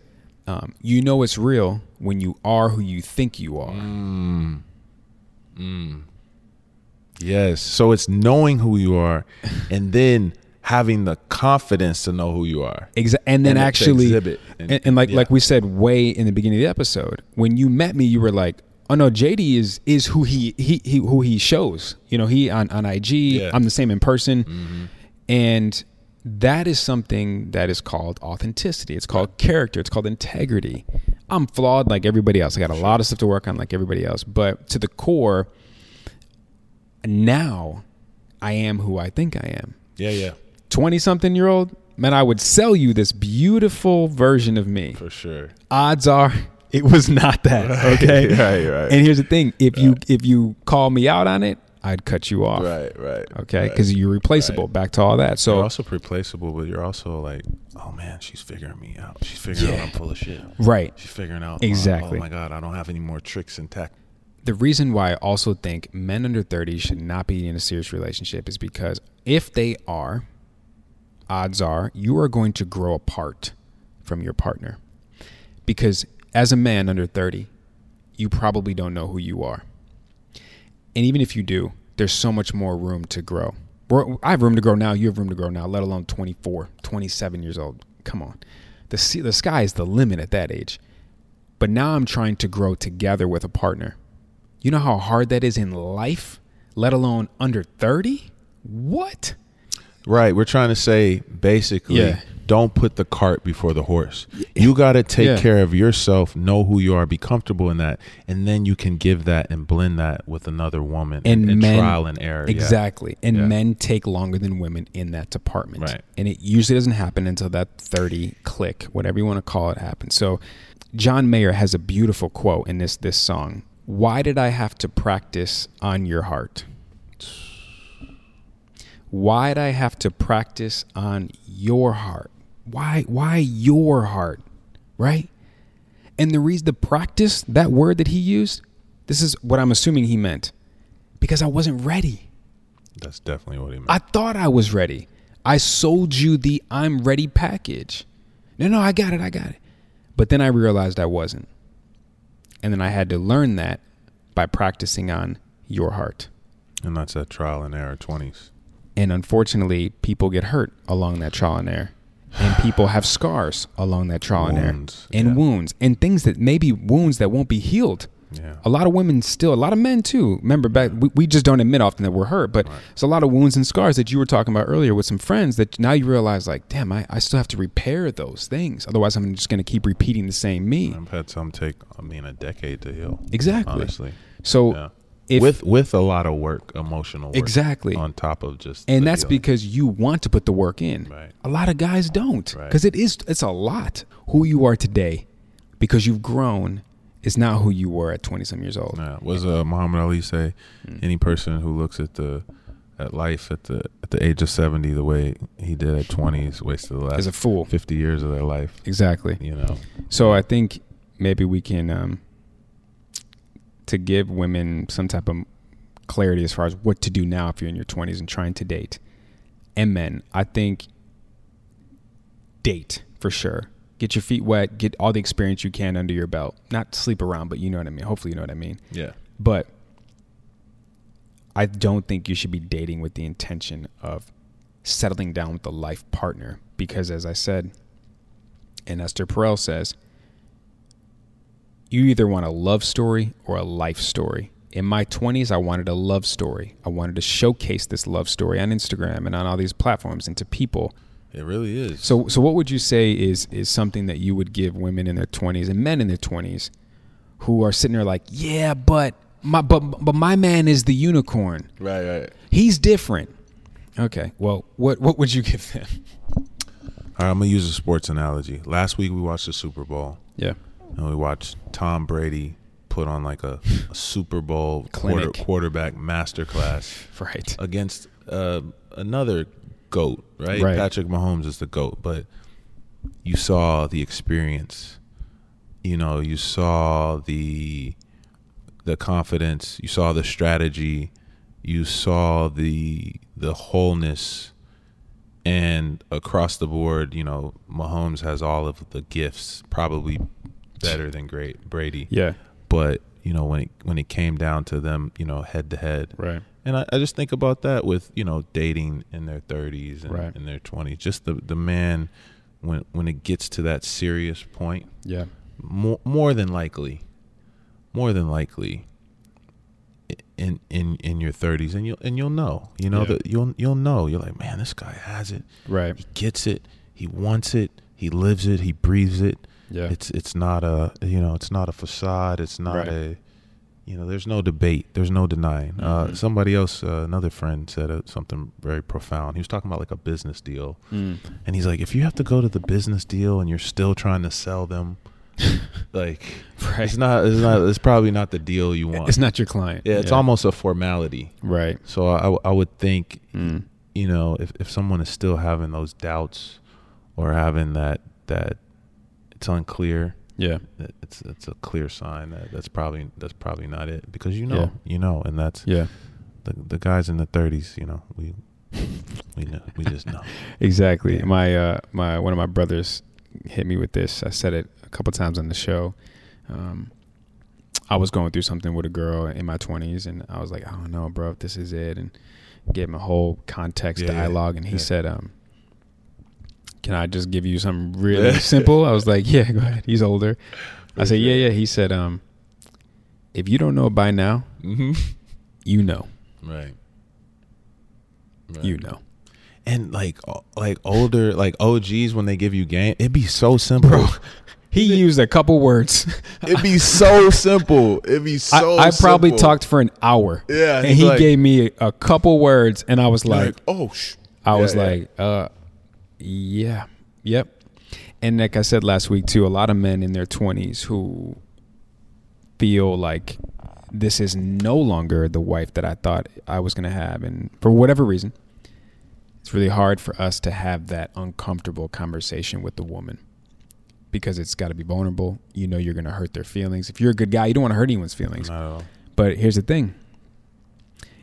S1: um, you know it's real when you are who you think you are.
S2: Yes. So it's knowing who you are, and then having the confidence to know who you are.
S1: Exa- and then
S2: And it's
S1: actually
S2: exhibit.
S1: and, and like
S2: Yeah.
S1: like we said way in the beginning of the episode when you met me you were like oh no JD is is who he he, he who he shows you know he on on IG I'm the same in person and that is something that is called authenticity it's called character it's called integrity I'm flawed like everybody else I got a lot of stuff to work on like everybody else but to the core now I am who I think I am
S2: Yeah, yeah,
S1: 20 something year old, man, I would sell you this beautiful version of me.
S2: for sure.
S1: Odds are it was not that. Okay.
S2: right, right.
S1: And here's the thing if you if you call me out on it, I'd cut you off.
S2: Right, right.
S1: Okay. Because you're replaceable. Back to all that.
S2: You're
S1: So,
S2: also replaceable, but you're also like, oh man, she's figuring me out. She's figuring out I'm full of shit.
S1: right.
S2: She's figuring out
S1: Exactly.
S2: Oh my god, I don't have any more tricks and tech.
S1: The reason why I also think men under 30 should not be in a serious relationship is because if they are, odds are you are going to grow apart from your partner. Because as a man under 30, you probably don't know who you are. And even if you do, there's so much more room to grow. We're, I have room to grow now. You have room to grow now, let alone 24, 27 years old. Come on. The, sea- the sky is the limit at that age. But now I'm trying to grow together with a partner. You know how hard that is in life, let alone under 30? What?
S2: Right. We're trying to say basically
S1: Yeah.
S2: don't put the cart before the horse. You got to take
S1: Yeah.
S2: care of yourself, know who you are, be comfortable in that, and then you can give that and blend that with another woman
S1: and, men
S2: trial and error. yeah.
S1: exactly and
S2: Yeah.
S1: men take longer than women in that department
S2: Right.
S1: and it usually doesn't happen until that 30 click whatever you want to call it happens so john mayer has a beautiful quote in this this song why did i have to practice on your heart why'd I have to practice on your heart? Why why your heart? Right? And the reason the practice, that word that he used, this is what I'm assuming he meant. Because I wasn't ready.
S2: That's definitely what he meant.
S1: I thought I was ready. I sold you the I'm ready package. No, no, I got it, I got it. But then I realized I wasn't. And then I had to learn that by practicing on your heart.
S2: and that's that trial and error 20s.
S1: And unfortunately, people get hurt along that trial and error. And people have scars along that trial and error.
S2: Wounds,
S1: And
S2: yeah.
S1: wounds. And things that maybe wounds that won't be healed.
S2: Yeah.
S1: A lot of women still, a lot of men too. Remember back, we, we just don't admit often that we're hurt, but it's a lot of wounds and scars that you were talking about earlier with some friends that now you realize, like, damn, I, I still have to repair those things. Otherwise, I'm just going to keep repeating the same me.
S2: I've had some take, I mean, a decade to heal.
S1: Exactly.
S2: Honestly.
S1: So,
S2: Yeah.
S1: if,
S2: with with a lot of work, emotional work.
S1: Exactly.
S2: On top of just
S1: and
S2: the
S1: that's
S2: healing.
S1: because you want to put the work in.
S2: Right.
S1: A lot of guys don't
S2: Right.
S1: because it is it's a lot. Who you are today, because you've grown, is not who you were at twenty some years old.
S2: Yeah. Was uh, Muhammad Ali say
S1: Hmm.
S2: any person who looks at the at life at the at the age of seventy the way he did at twenty is wasted the last
S1: Is a fool.
S2: fifty years of their life.
S1: Exactly.
S2: You know.
S1: So I think maybe we can um, to give women some type of clarity as far as what to do now if you're in your 20s and trying to date. And men, I think date for sure. Get your feet wet, get all the experience you can under your belt. Not sleep around, but you know what I mean. Hopefully you know what I mean.
S2: Yeah.
S1: But I don't think you should be dating with the intention of settling down with a life partner because, as I said, and Esther Perel says, you either want a love story or a life story. In my 20s, I wanted a love story. I wanted to showcase this love story on Instagram and on all these platforms and to people.
S2: It really is.
S1: So, so what would you say is is something that you would give women in their twenties and men in their twenties who are sitting there like, yeah, but my but but my man is the unicorn.
S2: right, right.
S1: He's different. Okay. Well, what what would you give them?
S2: All right, I'm gonna use a sports analogy. Last week we watched the Super Bowl
S1: Yeah.
S2: and we watched Tom Brady put on like a, a Super Bowl quarter,
S1: Clinic.
S2: quarterback masterclass.
S1: Right.
S2: against uh, another goat, right?
S1: Right.
S2: Patrick Mahomes is the goat, but you saw the experience. You know, you saw the the confidence. You saw the strategy. You saw the the wholeness, and across the board, you know, Mahomes has all of the gifts, probably better than great Brady
S1: Yeah.
S2: but you know when it when it came down to them you know head to head
S1: Right.
S2: and I, I just think about that with you know dating in their 30s and
S1: Right.
S2: in their 20s just the the man when when it gets to that serious point
S1: Yeah.
S2: more, more than likely more than likely i- in in in your 30s and you'll and you'll know you know
S1: Yeah.
S2: that you'll you'll know you're like man this guy has it
S1: Right.
S2: he gets it he wants it he lives it he breathes it
S1: Yeah.
S2: it's it's not a you know it's not a facade it's not
S1: Right.
S2: a you know there's no debate there's no denying
S1: Mm-hmm.
S2: uh, somebody else uh, another friend said uh, something very profound he was talking about like a business deal
S1: Mm.
S2: and he's like if you have to go to the business deal and you're still trying to sell them like
S1: Right.
S2: it's not it's not it's probably not the deal you want
S1: It's not your client.
S2: yeah it's almost a formality
S1: right. Hmm.
S2: so I, I would think, you know, if, if someone is still having those doubts or having that that it's unclear,
S1: Yeah.
S2: that it's it's a clear sign that that's probably that's probably not it because you know
S1: Yeah.
S2: you know, and that's
S1: Yeah.
S2: the the guys in the thirties, you know, we we know we just know.
S1: Exactly. My uh, my one of my brothers hit me with this. I said it a couple times on the show. Um, I was going through something with a girl in my twenties, and I was like, I don't know, bro, if this is it, and gave him a whole context
S2: Yeah, yeah,
S1: dialogue, and he
S2: yeah.
S1: said, um, "Can I just give you something really simple?" I was like, "Yeah, go ahead." He's older. I said, "Yeah, yeah." He said, um, "If you don't know by now,
S2: Mm-hmm.
S1: you know,
S2: Right.
S1: you know."
S2: and like o- like older like OGs when they give you game, it'd be so simple.
S1: He used a couple words.
S2: It'd be so simple. It'd be
S1: I-
S2: so.
S1: I, probably
S2: simple.
S1: talked for an hour.
S2: Yeah,
S1: and
S2: he's
S1: he
S2: like-
S1: gave me a couple words, and I was
S2: like,
S1: like,
S2: oh, sh-.
S1: I
S2: Yeah,
S1: was
S2: yeah.
S1: like, uh, yeah, yep. And like I said last week too, a lot of men in their twenties who feel like this is no longer the wife that I thought I was going to have, and for whatever reason, it's really hard for us to have that uncomfortable conversation with the woman because it's got to be vulnerable. You know, you're going to hurt their feelings. If you're a good guy, you don't want to hurt anyone's feelings.
S2: Not at all.
S1: But here's the thing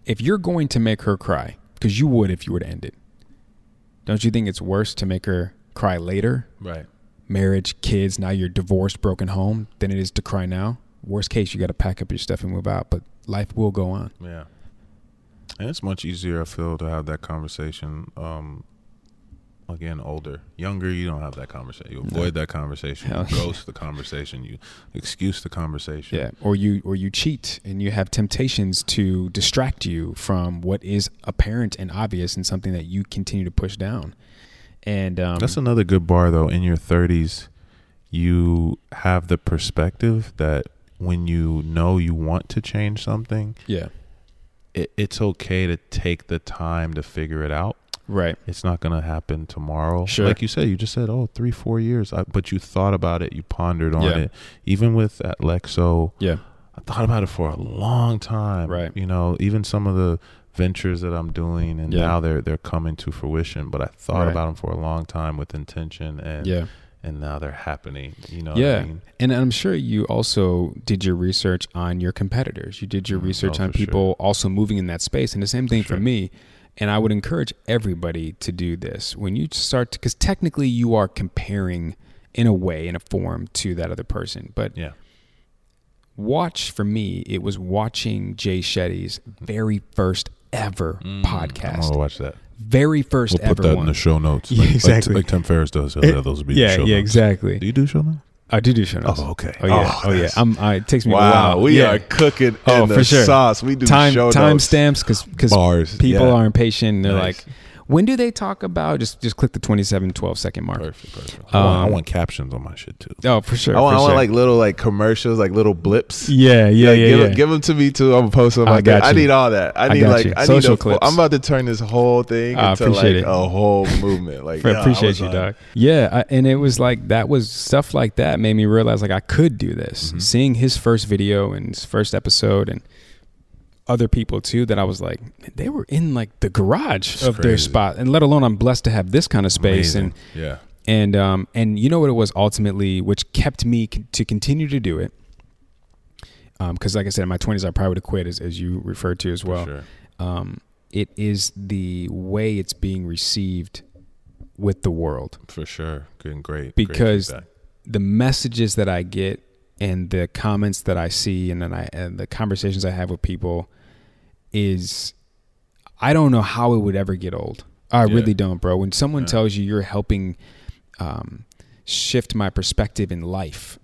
S1: if you're going to make her cry, because you would if you were to end it, don't you think it's worse to make her cry later?
S2: Right.
S1: Marriage, kids, now you're divorced, broken home, than it is to cry now. Worst case, you got to pack up your stuff and move out, but life will go on.
S2: Yeah. And it's much easier, I feel, to have that conversation. Um, again, older, younger, you don't have that conversation. You avoid that conversation.
S1: Hell
S2: You
S1: yeah.
S2: ghost the conversation. You excuse the conversation.
S1: Yeah. Or you or you cheat and you have temptations to distract you from what is apparent and obvious and something that you continue to push down. And um,
S2: That's another good bar, though. In your 30s, you have the perspective that when you know you want to change something,
S1: yeah,
S2: it, it's okay to take the time to figure it out.
S1: right.
S2: It's not going to happen tomorrow.
S1: Sure.
S2: Like you said, you just said, oh, three, four years. I, but you thought about it. You pondered on
S1: Yeah.
S2: it. Even with that Lexo,
S1: Yeah.
S2: I thought about it for a long time.
S1: Right.
S2: You know, even some of the ventures that I'm doing and
S1: Yeah.
S2: now they're they're coming to fruition. But I thought
S1: Right.
S2: about them for a long time with intention and
S1: Yeah.
S2: and now they're happening. You know
S1: yeah
S2: what I mean?
S1: and i'm sure you also did your research on your competitors you did your
S2: Mm,
S1: research
S2: oh,
S1: on
S2: for sure.
S1: people also moving in that space and the same thing for
S2: Sure.
S1: me and i would encourage everybody to do this when you start because technically you are comparing in a way in a form to that other person but
S2: Yeah.
S1: watch for me it was watching jay shetty's very first ever
S2: Mm, I'm
S1: podcast
S2: gonna watch that.
S1: very 1st
S2: We'll
S1: ever
S2: put that
S1: one
S2: in the show notes.
S1: Yeah,
S2: like,
S1: exactly.
S2: Like, Tim Ferriss does. He'll have those be in the
S1: yeah
S2: show
S1: yeah
S2: notes.
S1: exactly
S2: Do you do show notes?
S1: i do do show notes
S2: Oh, okay.
S1: oh yeah
S2: Oh,
S1: oh, yeah
S2: that's-
S1: i'm I, it takes me a while Yeah.
S2: cooking
S1: Oh, for sure.
S2: We do
S1: time time
S2: notes.
S1: stamps because
S2: Bars,
S1: people
S2: yeah.
S1: are impatient. and They're
S2: Nice.
S1: like, when do they talk about? Just just click the 27, 12 second mark.
S2: Perfect, perfect. I, want, I
S1: Um,
S2: want captions on my shit too.
S1: Oh, for sure.
S4: I want,
S1: for
S4: I want
S1: sure.
S4: like little like commercials, like little blips.
S1: yeah, yeah,
S4: Like,
S1: yeah,
S4: give,
S1: yeah.
S4: give them to me too. I'm gonna post them.
S1: I
S4: out there.
S1: got
S4: I
S1: you.
S4: need all that. I need
S1: got
S4: like
S1: you.
S4: I need
S1: Social
S4: a full-
S1: clips.
S4: I'm about to turn this whole thing
S1: I
S4: into
S1: appreciate
S4: like
S1: it.
S4: a whole movement. Like
S1: I
S4: yeah, I
S1: appreciate
S4: was
S1: you,
S4: on-
S1: Doc. Yeah, I, and it was like that was stuff like that made me realize like I could do this. Seeing his first video and his first episode and other people too that I was like they were in like the garage of their
S2: crazy.
S1: spot and let alone I'm blessed to have this kind of space
S2: Amazing.
S1: and
S2: yeah.
S1: and um and you know what it was ultimately which kept me con- to continue to do it um because like i said in my 20s i probably would have quit as, as you referred to as well
S2: sure.
S1: um it is the way it's being received with the world
S2: For sure. Getting great. great
S1: because
S2: feedback.
S1: the messages that I get and the comments that I see and then I and the conversations I have with people is I don't know how it would ever get old. I
S2: Yeah.
S1: really don't, bro. When someone tells you you're helping um, shift my perspective in life,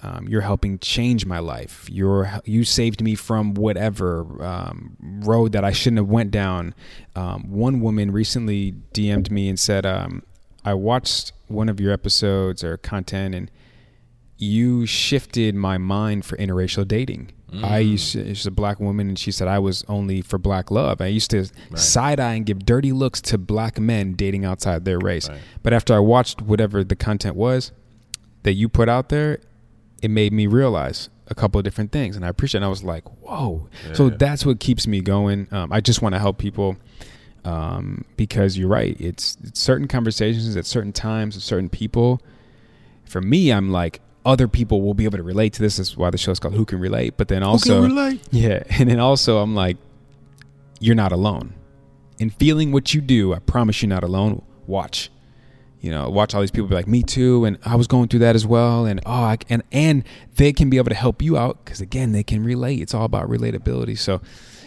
S1: um, you're helping change my life. You're you saved me from whatever um, road that I shouldn't have went down. Um, one woman recently DM'd me and said, um, "I watched one of your episodes or content, and you shifted my mind for interracial dating. I used to, she's a black woman, and she said I was only for black love. I used to side eye and give dirty looks to black men dating outside their race.
S2: Right.
S1: But after I watched whatever the content was that you put out there, it made me realize a couple of different things, and I appreciate. it. And I was like, whoa. So
S2: Yeah.
S1: that's what keeps me going. Um, I just want to help people. Um, because you're right, it's, it's certain conversations at certain times with certain people for me, I'm like other people will be able to relate to this. This is why the show is called Who Can Relate. But then also, yeah, and then also I'm like, you're not alone. In feeling what you do, I promise you're not alone. Watch, you know, watch all these people be like, me too, and I was going through that as well, and oh, I, and and they can be able to help you out because again, they can relate. It's all about relatability. So,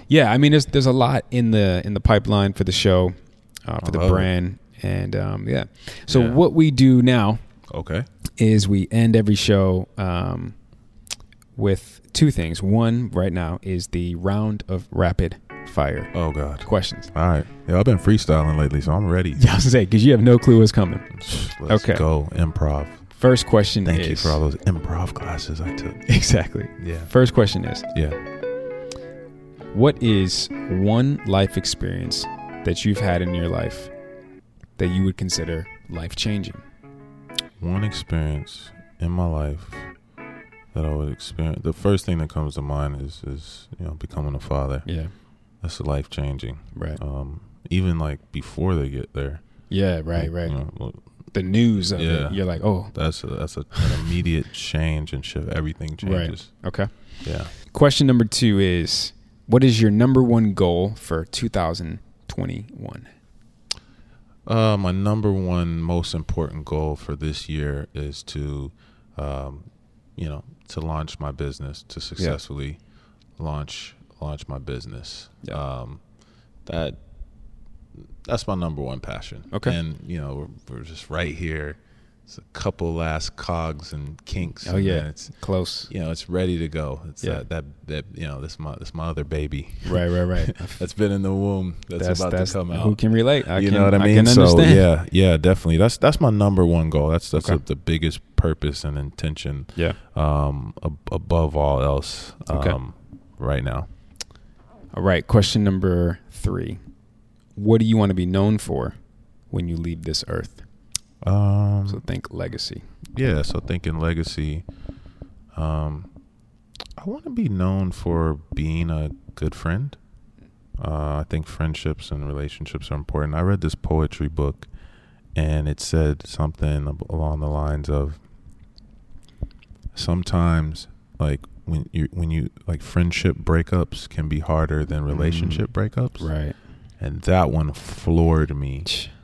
S1: yeah, I mean, there's there's a lot in the in the pipeline for the show, uh, for the
S2: love it.
S1: brand, and um, yeah. So
S2: Yeah.
S1: what we do now
S2: Okay.
S1: is we end every show um, with two things. One right now is the round of rapid fire
S2: Oh God.
S1: questions.
S2: All right. Yeah, I've been freestyling lately, so I'm ready.
S1: Yeah, I was gonna say because you have no clue what's coming.
S2: Let's
S1: Okay.
S2: go improv.
S1: First question
S2: Thank
S1: is
S2: you for all those improv classes I took.
S1: exactly.
S2: Yeah.
S1: First question is
S2: Yeah.
S1: What is one life experience that you've had in your life that you would consider life changing?
S2: One experience in my life that I would experience. The first thing that comes to mind is is you know becoming a father.
S1: Yeah.
S2: That's life changing.
S1: Right.
S2: Um, even like before they get there.
S1: Yeah, right,
S2: You
S1: right.
S2: know, well,
S1: The news of
S2: Yeah.
S1: it. You're like, oh,
S2: that's a, that's a, an immediate change and shift. Everything changes.
S1: okay.
S2: Yeah.
S1: Question number two is what is your number one goal for 2021?
S2: Uh, my number one most important goal for this year is to, um, you know, to launch my business to successfully launch launch my business.
S1: Yeah.
S2: Um, that that's my number one passion.
S1: Okay.
S2: and you know we're, we're just right here. It's a couple last cogs and kinks.
S1: Oh,
S2: and
S1: yeah.
S2: then it's
S1: It's close.
S2: you know it's ready to go. It's
S1: Yeah.
S2: that, that that you know this my this my other baby
S1: Right, right, right.
S2: that's been in the womb that's, about to come out
S1: Who can relate? I
S2: you
S1: can,
S2: know what I mean?
S1: can
S2: so
S1: understand.
S2: yeah, yeah, definitely. That's that's my number one goal. That's that's
S1: Okay.
S2: the- the biggest purpose and intention
S1: Yeah.
S2: um, ab- above all else. Um,
S1: Okay.
S2: Right now,
S1: All right. Question number three What do you want to be known for when you leave this earth?
S2: um,
S1: So think legacy.
S2: yeah. So thinking legacy. Um, I want to be known for being a good friend. Uh, I think friendships and relationships are important. I read this poetry book, and it said something ab- along the lines of sometimes, like when you when you like friendship breakups can be harder than relationship breakups,
S1: Right.
S2: and that one floored me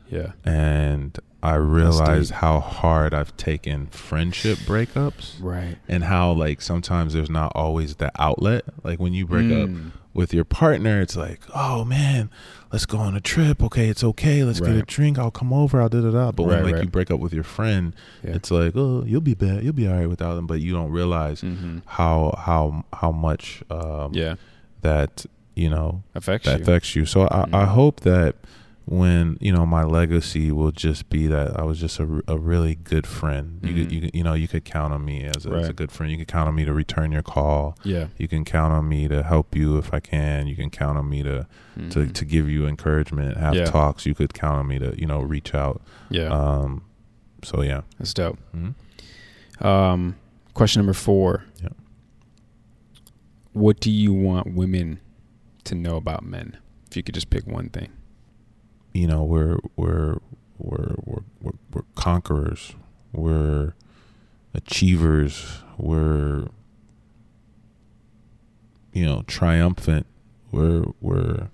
S1: Yeah.
S2: and I
S1: deep.
S2: realized how hard I've taken friendship breakups
S1: Right.
S2: and how like sometimes there's not always the outlet. Like when you break
S1: Mm.
S2: up
S1: Mm-hmm.
S2: with your partner, it's like, oh man, let's go on a trip. Okay, it's okay. Let's get a
S1: Right.
S2: drink. I'll come over. I'll da da da. But
S1: Right,
S2: when like
S1: right.
S2: you break up with your friend,
S1: Yeah.
S2: it's like, oh, you'll be bad. You'll be all right without them. But you don't realize how how how much um,
S1: Mm. Mm-hmm. Yeah.
S2: that you know
S1: Affects
S2: that
S1: you. Mm-hmm.
S2: affects you. So I, I hope that when you know my legacy will just be that I was just a, r- a really good friend. You could, you could, you know you could count on me as a, as a
S1: Mm-hmm. Right.
S2: good friend. You could count on me to return your call.
S1: yeah.
S2: You can count on me to help you if I can. You can count on me to to, to give you encouragement, have
S1: Mm-hmm. Yeah.
S2: talks. You could count on me to you know reach out.
S1: Yeah. Mm-hmm.
S2: Um, so yeah,
S1: That's dope.
S2: Mhm.
S1: Um, question number four.
S2: Yeah.
S1: What do you want women to know about men? If you could just pick one thing.
S2: you know we're we're we're we're we're, we're conquerors. We're achievers. We're you know triumphant. We're we're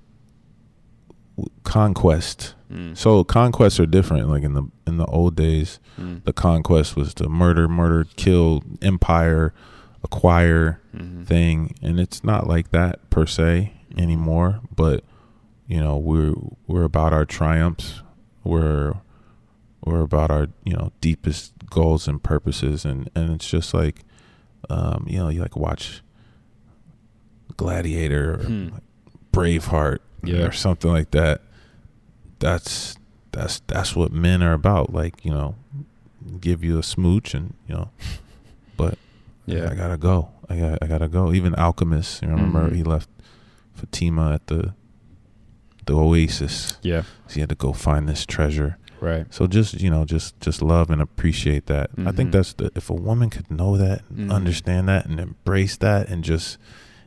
S2: conquest. So conquests are different. Like in the in the old days, the conquest was to murder, murder, kill, empire, acquire thing, and it's not like that per se anymore. But you know we're we're about our triumphs we're we're about our you know deepest goals and purposes and and it's just like um you know you like watch gladiator or like braveheart
S1: Yeah.
S2: or something like that that's that's that's what men are about like you know give you a smooch and you know but
S1: Yeah.
S2: i gotta go i got i gotta go even alchemist you remember
S1: Mhm.
S2: he left fatima at the the oasis
S1: Yeah.
S2: so he had to go find this treasure
S1: Right.
S2: so just you know just just love and appreciate that i
S1: Mhm.
S2: think that's the if a woman could know that and
S1: Mhm.
S2: understand that and embrace that and just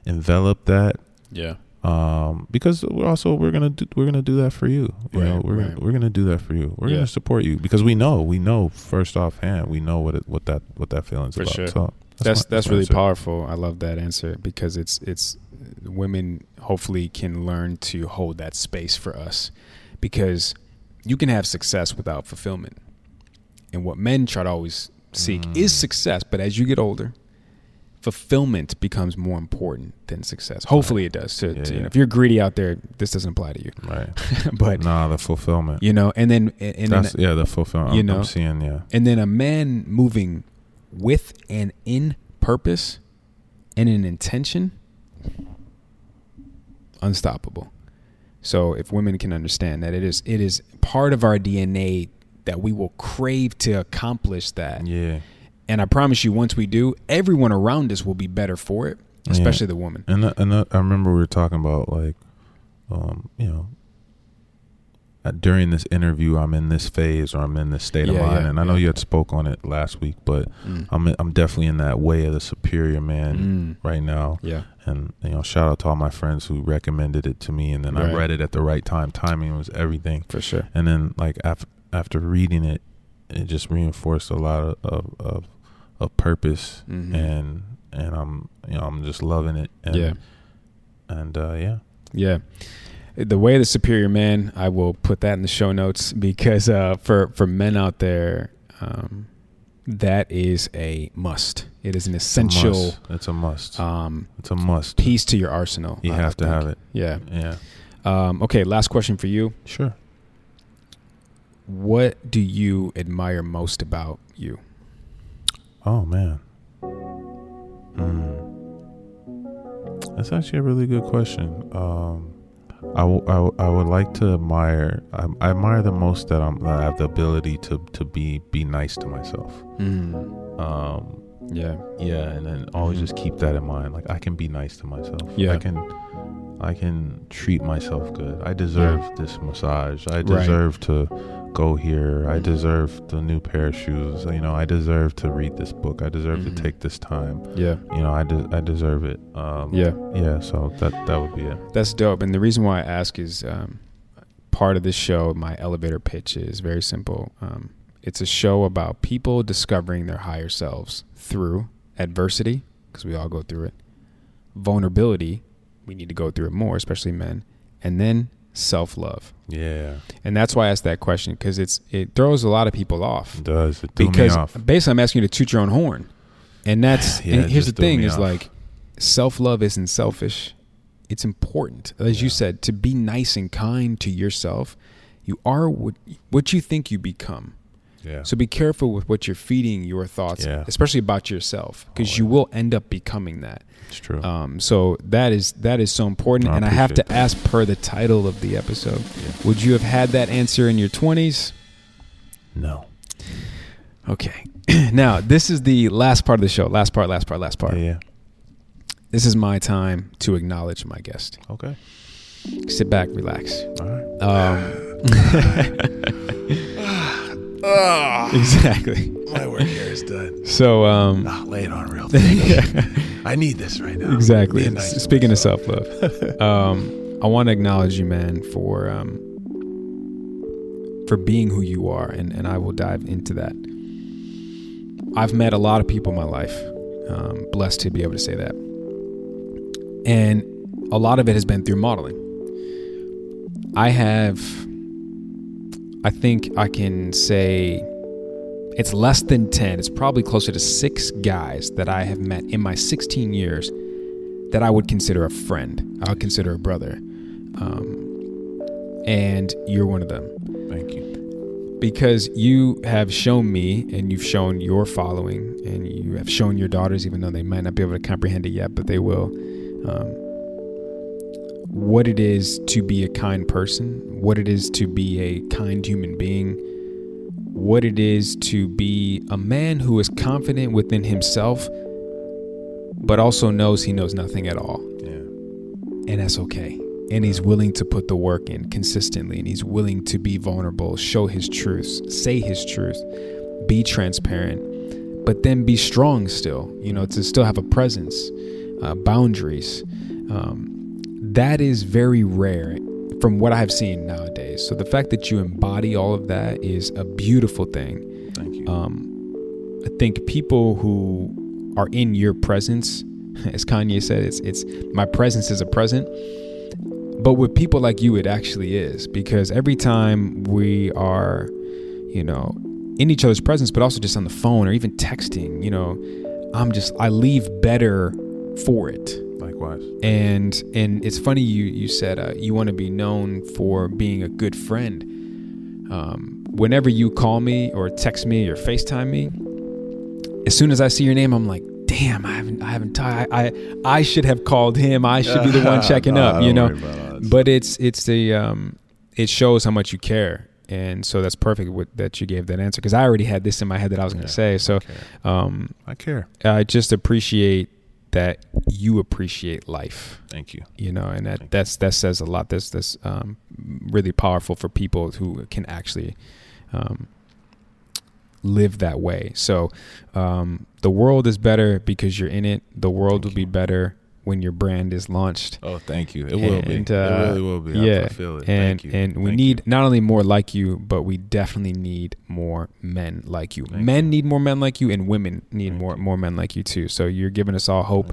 S2: envelop that
S1: Yeah.
S2: um because we're also we're gonna do we're gonna do that for you you
S1: Right,
S2: know we're,
S1: right.
S2: gonna, we're gonna do that for you we're
S1: Yeah.
S2: gonna support you because we know we know first offhand we know what it, what that what that feeling's
S1: For
S2: about
S1: sure.
S2: so
S1: That's that's,
S2: my- my
S1: really
S2: answer.
S1: powerful. I love that answer because it's it's women hopefully can learn to hold that space for us because you can have success without fulfillment. And what men try to always seek
S2: Mm.
S1: is success, but as you get older, fulfillment becomes more important than success. Hopefully it does. To,
S2: Yeah,
S1: to- you
S2: yeah.
S1: know, if you're greedy out there, this doesn't apply to you.
S2: right
S1: but
S2: nah the fulfillment
S1: you know, and then and, and then
S2: that's yeah the fulfillment
S1: you
S2: I'm,
S1: know,
S2: I'm seeing yeah
S1: and then a man moving with and in purpose and an intention unstoppable. So if women can understand that it is it is part of our DNA that we will crave to accomplish that.
S2: Yeah.
S1: And I promise you, once we do, everyone around us will be better for it, especially the woman.
S2: And I- and I, I remember we were talking about like, um, you know, uh, during this interview, I'm in this phase or I'm in this state of
S1: Yeah,
S2: mind,
S1: yeah,
S2: and I know
S1: yeah. Mm.
S2: you had spoke on it last week, but I'm I'm definitely in that way of the superior man right now.
S1: Yeah.
S2: And you know, shout out to all my friends who recommended it to me, and then
S1: Right.
S2: I read it at the right time. Timing was everything.
S1: For sure.
S2: And then like after after reading it, it just reinforced a lot of of of, of purpose
S1: Mhm.
S2: and and I'm you know I'm just loving it. And,
S1: Yeah.
S2: And uh, yeah.
S1: Yeah. The way of the superior man, I will put that in the show notes because uh, for for men out there, um, that is a must. It is an essential
S2: Must. It's a must.
S1: um,
S2: it's a must.
S1: piece to your arsenal.
S2: You
S1: I
S2: have to
S1: think.
S2: have it.
S1: Yeah.
S2: Yeah.
S1: Um, okay. Last question for you.
S2: Sure.
S1: What do you admire most about you?
S2: Oh man. Mm. That's actually a really good question. Um, I, w- I, w- I would like to admire. I, I admire the most that I'm. That I have the ability to to be be nice to myself.
S1: Mm.
S2: Um,
S1: Yeah.
S2: yeah, and then always
S1: Mhm.
S2: just keep that in mind. Like I can be nice to myself.
S1: Yeah.
S2: I can. I can treat myself good. I deserve this massage. I deserve to go here. I
S1: Mhm.
S2: deserve the new pair of shoes. You know, I deserve to read this book. I deserve
S1: Mhm.
S2: to take this time.
S1: Yeah.
S2: You know, I de- I deserve it. Um,
S1: Yeah.
S2: yeah. So that that would be it.
S1: That's dope. And the reason why I ask is um, part of this show, my elevator pitch is very simple. Um, it's a show about people discovering their higher selves through adversity, because we all go through it, vulnerability, we need to go through it more, especially men, and then self love.
S2: Yeah.
S1: And that's why I asked that question because it's it throws a lot of people off
S2: It does it threw
S1: because
S2: me off?
S1: basically I'm asking you to toot your own horn, and that's
S2: Yeah,
S1: and
S2: it
S1: here's the
S2: just threw
S1: thing
S2: me
S1: is
S2: off.
S1: like self love isn't selfish, it's important as you said to be nice and kind to yourself. You are what what you think you become.
S2: Yeah.
S1: So be careful with what you're feeding your thoughts,
S2: Yeah. Oh,
S1: especially about yourself, because you will end up becoming that.
S2: it's true.
S1: Um, so that is that is so important,
S2: I
S1: and I have to
S2: appreciate that.
S1: ask per the title of the episode. Would you have had that answer in your twenties?
S2: no.
S1: Okay. now, this is the last part of the show. Last part, last part, last part.
S2: Yeah, yeah.
S1: This is my time to acknowledge my guest.
S2: Okay.
S1: Sit back, relax.
S2: All right.
S1: Um,
S2: Ah,
S1: exactly.
S4: My work here is done.
S1: So, um,
S4: Not lay it on real thick. I need this right
S2: um,
S4: now.
S1: exactly.
S4: Be a nice
S1: Speaking of self love, um, I want to acknowledge you, man, for um, for being who you are, and, and I will dive into that. I've met a lot of people in my life, um, blessed to be able to say that, and a lot of it has been through modeling. I have, I think I can say. It's less than 10. It's probably closer to six guys that I have met in my 16 years that I would consider a friend. I would consider a brother. Um, and you're one of them
S2: Thank you.
S1: because you have shown me and you've shown your following and you have shown your daughters, even though they might not be able to comprehend it yet, but they will. Um, what it is to be a kind person, what it is to be a kind human being, what it is to be a man who is confident within himself, but also knows he knows nothing at all
S2: Yeah.
S1: and that's okay. And he's willing to put the work in consistently, and he's willing to be vulnerable, show his truths, say his truth, be transparent, but then be strong still, you know, to still have a presence, uh, boundaries. Um, that is very rare from what I've seen nowadays. So the fact that you embody all of that is a beautiful thing
S2: Thank you.
S1: um, I think people who are in your presence, as Kanye said, it's it's my presence is a present. But with people like you, it actually is because every time we are, you know, in each other's presence, but also just on the phone or even texting, you know, I'm just I leave better for it
S2: Likewise.
S1: and and it's funny you you said uh, you want to be known for being a good friend. Um, whenever you call me or text me or Facetime me, as soon as I see your name, I'm like, damn, I haven't, I haven't, t- I, I, I should have called him. I should be the one checking
S4: Nah,
S2: Uh,
S1: up, you
S4: don't
S1: know.
S4: worry about all that
S1: But it's, it's the, um, it shows how much you care, and so that's perfect with, that you gave that answer because I already had this in my head that I was going to say. So, um,
S2: I care.
S1: I just appreciate that you appreciate life
S2: Thank you.
S1: you know and that that's that says a lot that's that's um, really powerful for people who can actually um, live that way so um, the world is better because you're in it the world will be better when your brand is launched
S2: Oh, thank you. It will be.
S1: And,
S2: it
S1: uh,
S2: really will be.
S1: yeah
S2: I feel it.
S1: and
S2: thank you.
S1: and we
S2: Thank
S1: need not only more like you but we definitely need more men like you men need more men like you and women need more more men like you too so you're giving us all hope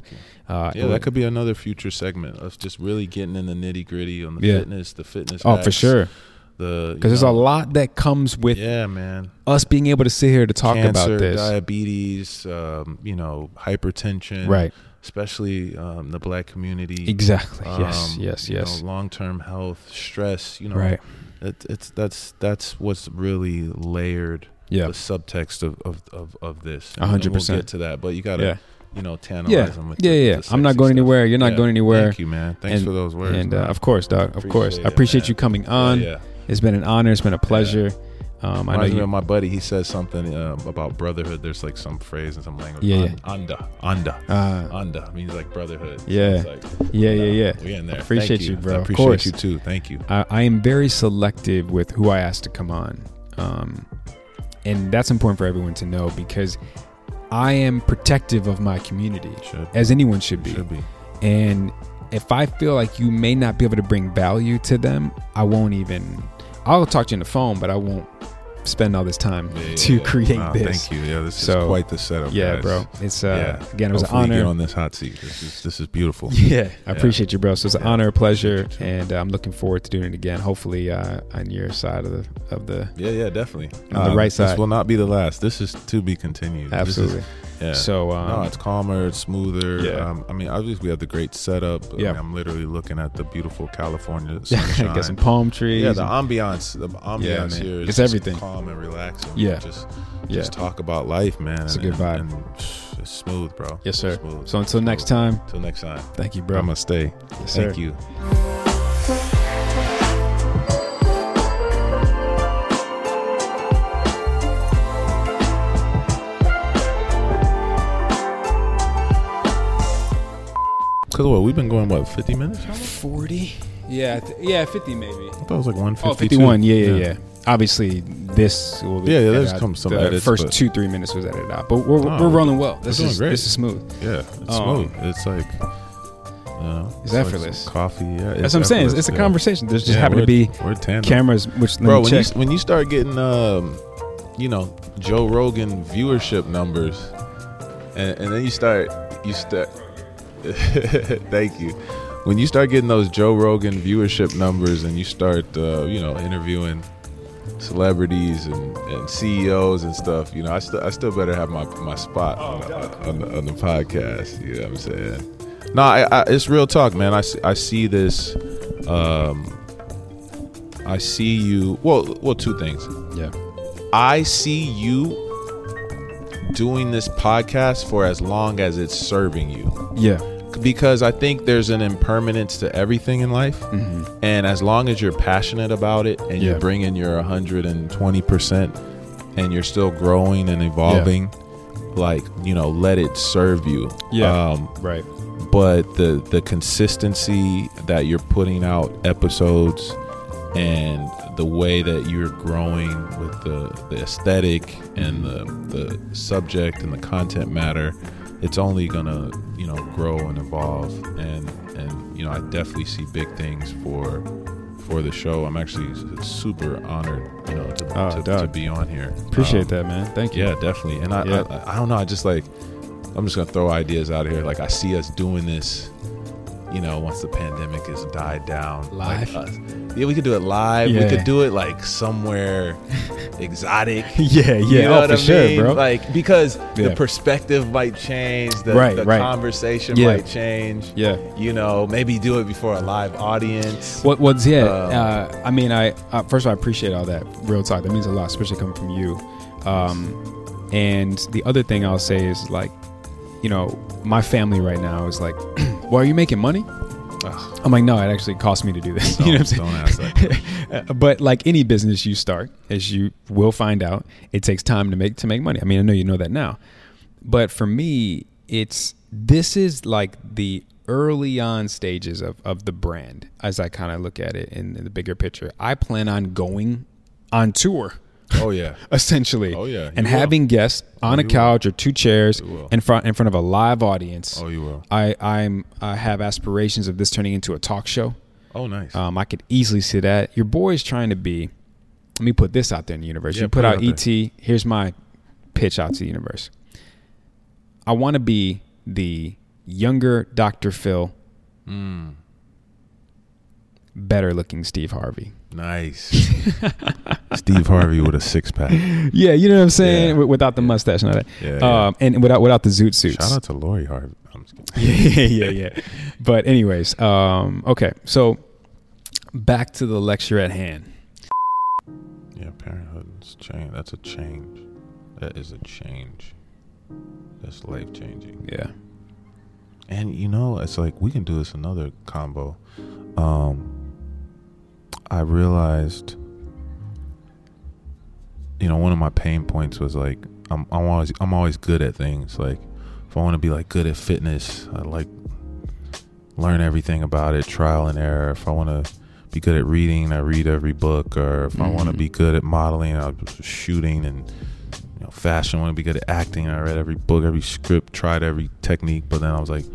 S1: uh,
S2: you. Yeah, that could be another future segment of just really getting in the nitty gritty on the
S1: Yeah.
S2: fitness, the fitness.
S1: oh for
S2: hacks,
S1: sure
S2: The
S1: because there's a lot that comes with
S2: Yeah, man.
S1: us being able to sit here to talk
S2: Cancer,
S1: about this.
S2: diabetes, um, you know, hypertension,
S1: Right.
S2: Especially um, the black community. Um,
S1: Exactly. yes. Yes. Yes.
S2: Long term health, stress. You know,
S1: Right.
S2: It, it's that's that's what's really layered.
S1: Yeah.
S2: The subtext of of of, of this.
S1: A hundred
S2: And
S1: percent.
S2: We'll get to that, but you gotta.
S1: Yeah.
S2: You know, tantalize
S1: Yeah.
S2: them with
S1: Yeah,
S2: the-
S1: yeah.
S2: the
S1: I'm
S2: sexy
S1: not going
S2: stuff.
S1: anywhere. You're not going anywhere.
S2: Thank you, man. Thanks
S1: And-
S2: for those words.
S1: And uh,
S2: man.
S1: of course, dog. Of course, I
S2: Appreciate it,
S1: appreciate
S2: man.
S1: you coming on.
S2: yeah.
S1: It's been an honor. It's been a pleasure. Um, I know
S2: Reminds me of
S1: you.
S2: my buddy. He says something uh, about brotherhood. There's like some phrase in some language.
S1: Yeah,
S2: Un- Anda, anda,
S1: Uh,
S2: anda means like brotherhood. So
S1: Yeah.
S2: it's like,
S1: yeah. Yeah. Yeah.
S2: we in there. Thank
S1: Appreciate you, bro.
S2: I
S1: Of
S2: appreciate
S1: course.
S2: you too. Thank you.
S1: I, I am very selective with who I ask to come on. Um, and that's important for everyone to know because I am protective of my community,
S2: Should.
S1: as anyone should be.
S2: Should be.
S1: And if I feel like you may not be able to bring value to them, I won't even. I'll talk to you on the phone, but I won't spend all this time to create
S2: Wow,
S1: this.
S2: Thank you. Yeah, this
S1: So,
S2: is quite the setup.
S1: Yeah,
S2: guys.
S1: bro. It's uh,
S2: yeah.
S1: again, it was
S2: Hopefully you
S1: an
S2: Get
S1: honor.
S2: on this hot seat. This is this is beautiful.
S1: yeah, I appreciate you, bro. So it's an honor, a pleasure, and uh, I'm looking forward to doing it again. Hopefully, uh, on your side of the of the.
S2: Yeah, yeah, definitely. Um,
S1: On the right side.
S2: This will not be the last. This is to be continued. This is-
S1: Absolutely.
S2: yeah.
S1: So, um,
S2: no, it's calmer, it's smoother.
S1: Yeah.
S2: Um, I mean, obviously we have the great setup. I
S1: Yeah.
S2: mean, I'm literally looking at the beautiful California sunshine.
S1: Get some palm trees.
S2: yeah, the ambiance, the ambiance
S1: man.
S2: here is
S1: It's
S2: just
S1: everything.
S2: calm and relaxing.
S1: Yeah.
S2: just
S1: Yeah.
S2: just talk about life, man.
S1: It's a good vibe.
S2: And, and psh, it's smooth, bro.
S1: yes, sir.
S2: Smooth.
S1: So until next time,
S2: Till next time,
S1: thank you, bro.
S2: I'm gonna stay.
S1: Yes,
S2: Thank
S1: sir.
S2: you. Cause what we've been going what 50 minutes? I
S1: Forty. Yeah. th- yeah. Fifty maybe.
S2: thought it was like 152.
S1: Oh, 51. Yeah, yeah, yeah. Obviously, this will be.
S2: Yeah, yeah,
S1: edited
S2: there's
S1: out.
S2: come some
S1: The
S2: edits,
S1: first
S2: but-
S1: two, three minutes was edited out, but we're,
S2: No,
S1: we're rolling well. This
S2: Oh, doing
S1: is
S2: great.
S1: this is smooth.
S2: Yeah, it's
S1: Um,
S2: smooth. It's like, you know,
S1: It's
S2: like
S1: effortless.
S2: some coffee. Yeah,
S1: That's what I'm saying. It's, it's a conversation. There's just happen to be
S2: we're tandem.
S1: cameras, which let
S2: bro.
S1: me
S2: When you,
S1: check.
S2: s- when you start getting, um, you know, Joe Rogan viewership numbers, and, and then you start, you start. thank you. When you start getting those Joe Rogan viewership numbers, and you start, uh, you know, interviewing celebrities and, and CEOs and stuff, you know, I still I still better have my, my spot on, the, on, the, on the podcast. You know what I'm saying? No, I, I, it's real talk, man. I, s- I see this. Um, I see you. Well, well, two things.
S1: yeah,
S2: I see you doing this podcast for as long as it's serving you
S1: yeah,
S2: because I think there's an impermanence to everything in life. And as long as you're passionate about it and
S1: Mm-hmm. Yeah.
S2: you're bringing your 120% and you're still growing and evolving, like, you know, let it serve you.
S1: Yeah.
S2: Um,
S1: right.
S2: but the the consistency that you're putting out episodes and the way that you're growing with the, the aesthetic and the, the subject and the content matter it's only gonna you know grow and evolve and and you know i definitely see big things for for the show i'm actually s- super honored you know to,
S1: Oh,
S2: to,
S1: dog.
S2: to be on here
S1: Appreciate
S2: Um,
S1: that, man. Thank you.
S2: yeah, definitely. And I,
S1: Yeah.
S2: I, I don't know. I just like, I'm just gonna throw ideas out here. Like I see us doing this, you know, once the pandemic is died down.
S1: Live?
S2: Like us. Yeah, we could do it live.
S1: Yeah.
S2: We could do it like somewhere exotic.
S1: yeah, yeah.
S2: You know
S1: oh,
S2: what
S1: for
S2: I
S1: sure,
S2: mean?
S1: bro.
S2: Like because
S1: Yeah.
S2: the perspective might change, the,
S1: Right,
S2: the
S1: right.
S2: conversation
S1: Yeah.
S2: might change.
S1: Yeah.
S2: You know, maybe do it before a live audience.
S1: What what's yeah?
S2: Um,
S1: uh, I mean, I uh, first of all, I appreciate all that real talk. That means a lot, especially coming from you. Um, and the other thing I'll say is like, you know, my family right now is like, well, are you making money? I'm like, no, it actually cost me to do this. you know what I'm saying?
S2: Oh, don't ask that question.
S1: Uh, but like any business you start, as you will find out, it takes time to make to make money. I mean, I know you know that now, but for me, it's this is like the early on stages of of the brand as I kind of look at it in, in the bigger picture. I plan on going on tour
S2: Oh yeah.
S1: essentially.
S2: Oh, yeah, you
S1: and
S2: will. Oh,
S1: having guests on a couch or two chairs in front in front of a live audience.
S2: Oh, you will.
S1: I I'm I have aspirations of this turning into a talk show.
S2: Oh nice.
S1: Um, I could easily see that. Your boy is trying to be. Let me put this out there in the universe.
S2: Yeah,
S1: you put
S2: put it
S1: out
S2: out
S1: ET. Here's my pitch out to the universe. I want to be the younger Dr. Phil,
S2: Hmm.
S1: better looking Steve Harvey.
S2: nice. Steve Harvey with a six pack.
S1: Yeah, you know what I'm saying.
S2: Yeah.
S1: Wi- Without the mustache and all that,
S2: Yeah, yeah.
S1: Um, and without without the zoot suits.
S2: Shout out to Lori Harvey. I'm just kidding.
S1: yeah, yeah, yeah. But anyways, um, okay. So back to the lecture at hand.
S2: Yeah, parenthood is change. That's a change. That is a change. That's life changing.
S1: Yeah.
S2: And you know, it's like we can do this another combo. Um I realized you know, one of my pain points was like I'm I'm always I'm always good at things. Like if I want to be like good at fitness, I like learn everything about it, trial and error. If I want to be good at reading, I read every book. Or if I want to be good at modeling, I'm shooting and you know, fashion. want to be good at acting. I read every book, every script, tried every technique. But then I was like,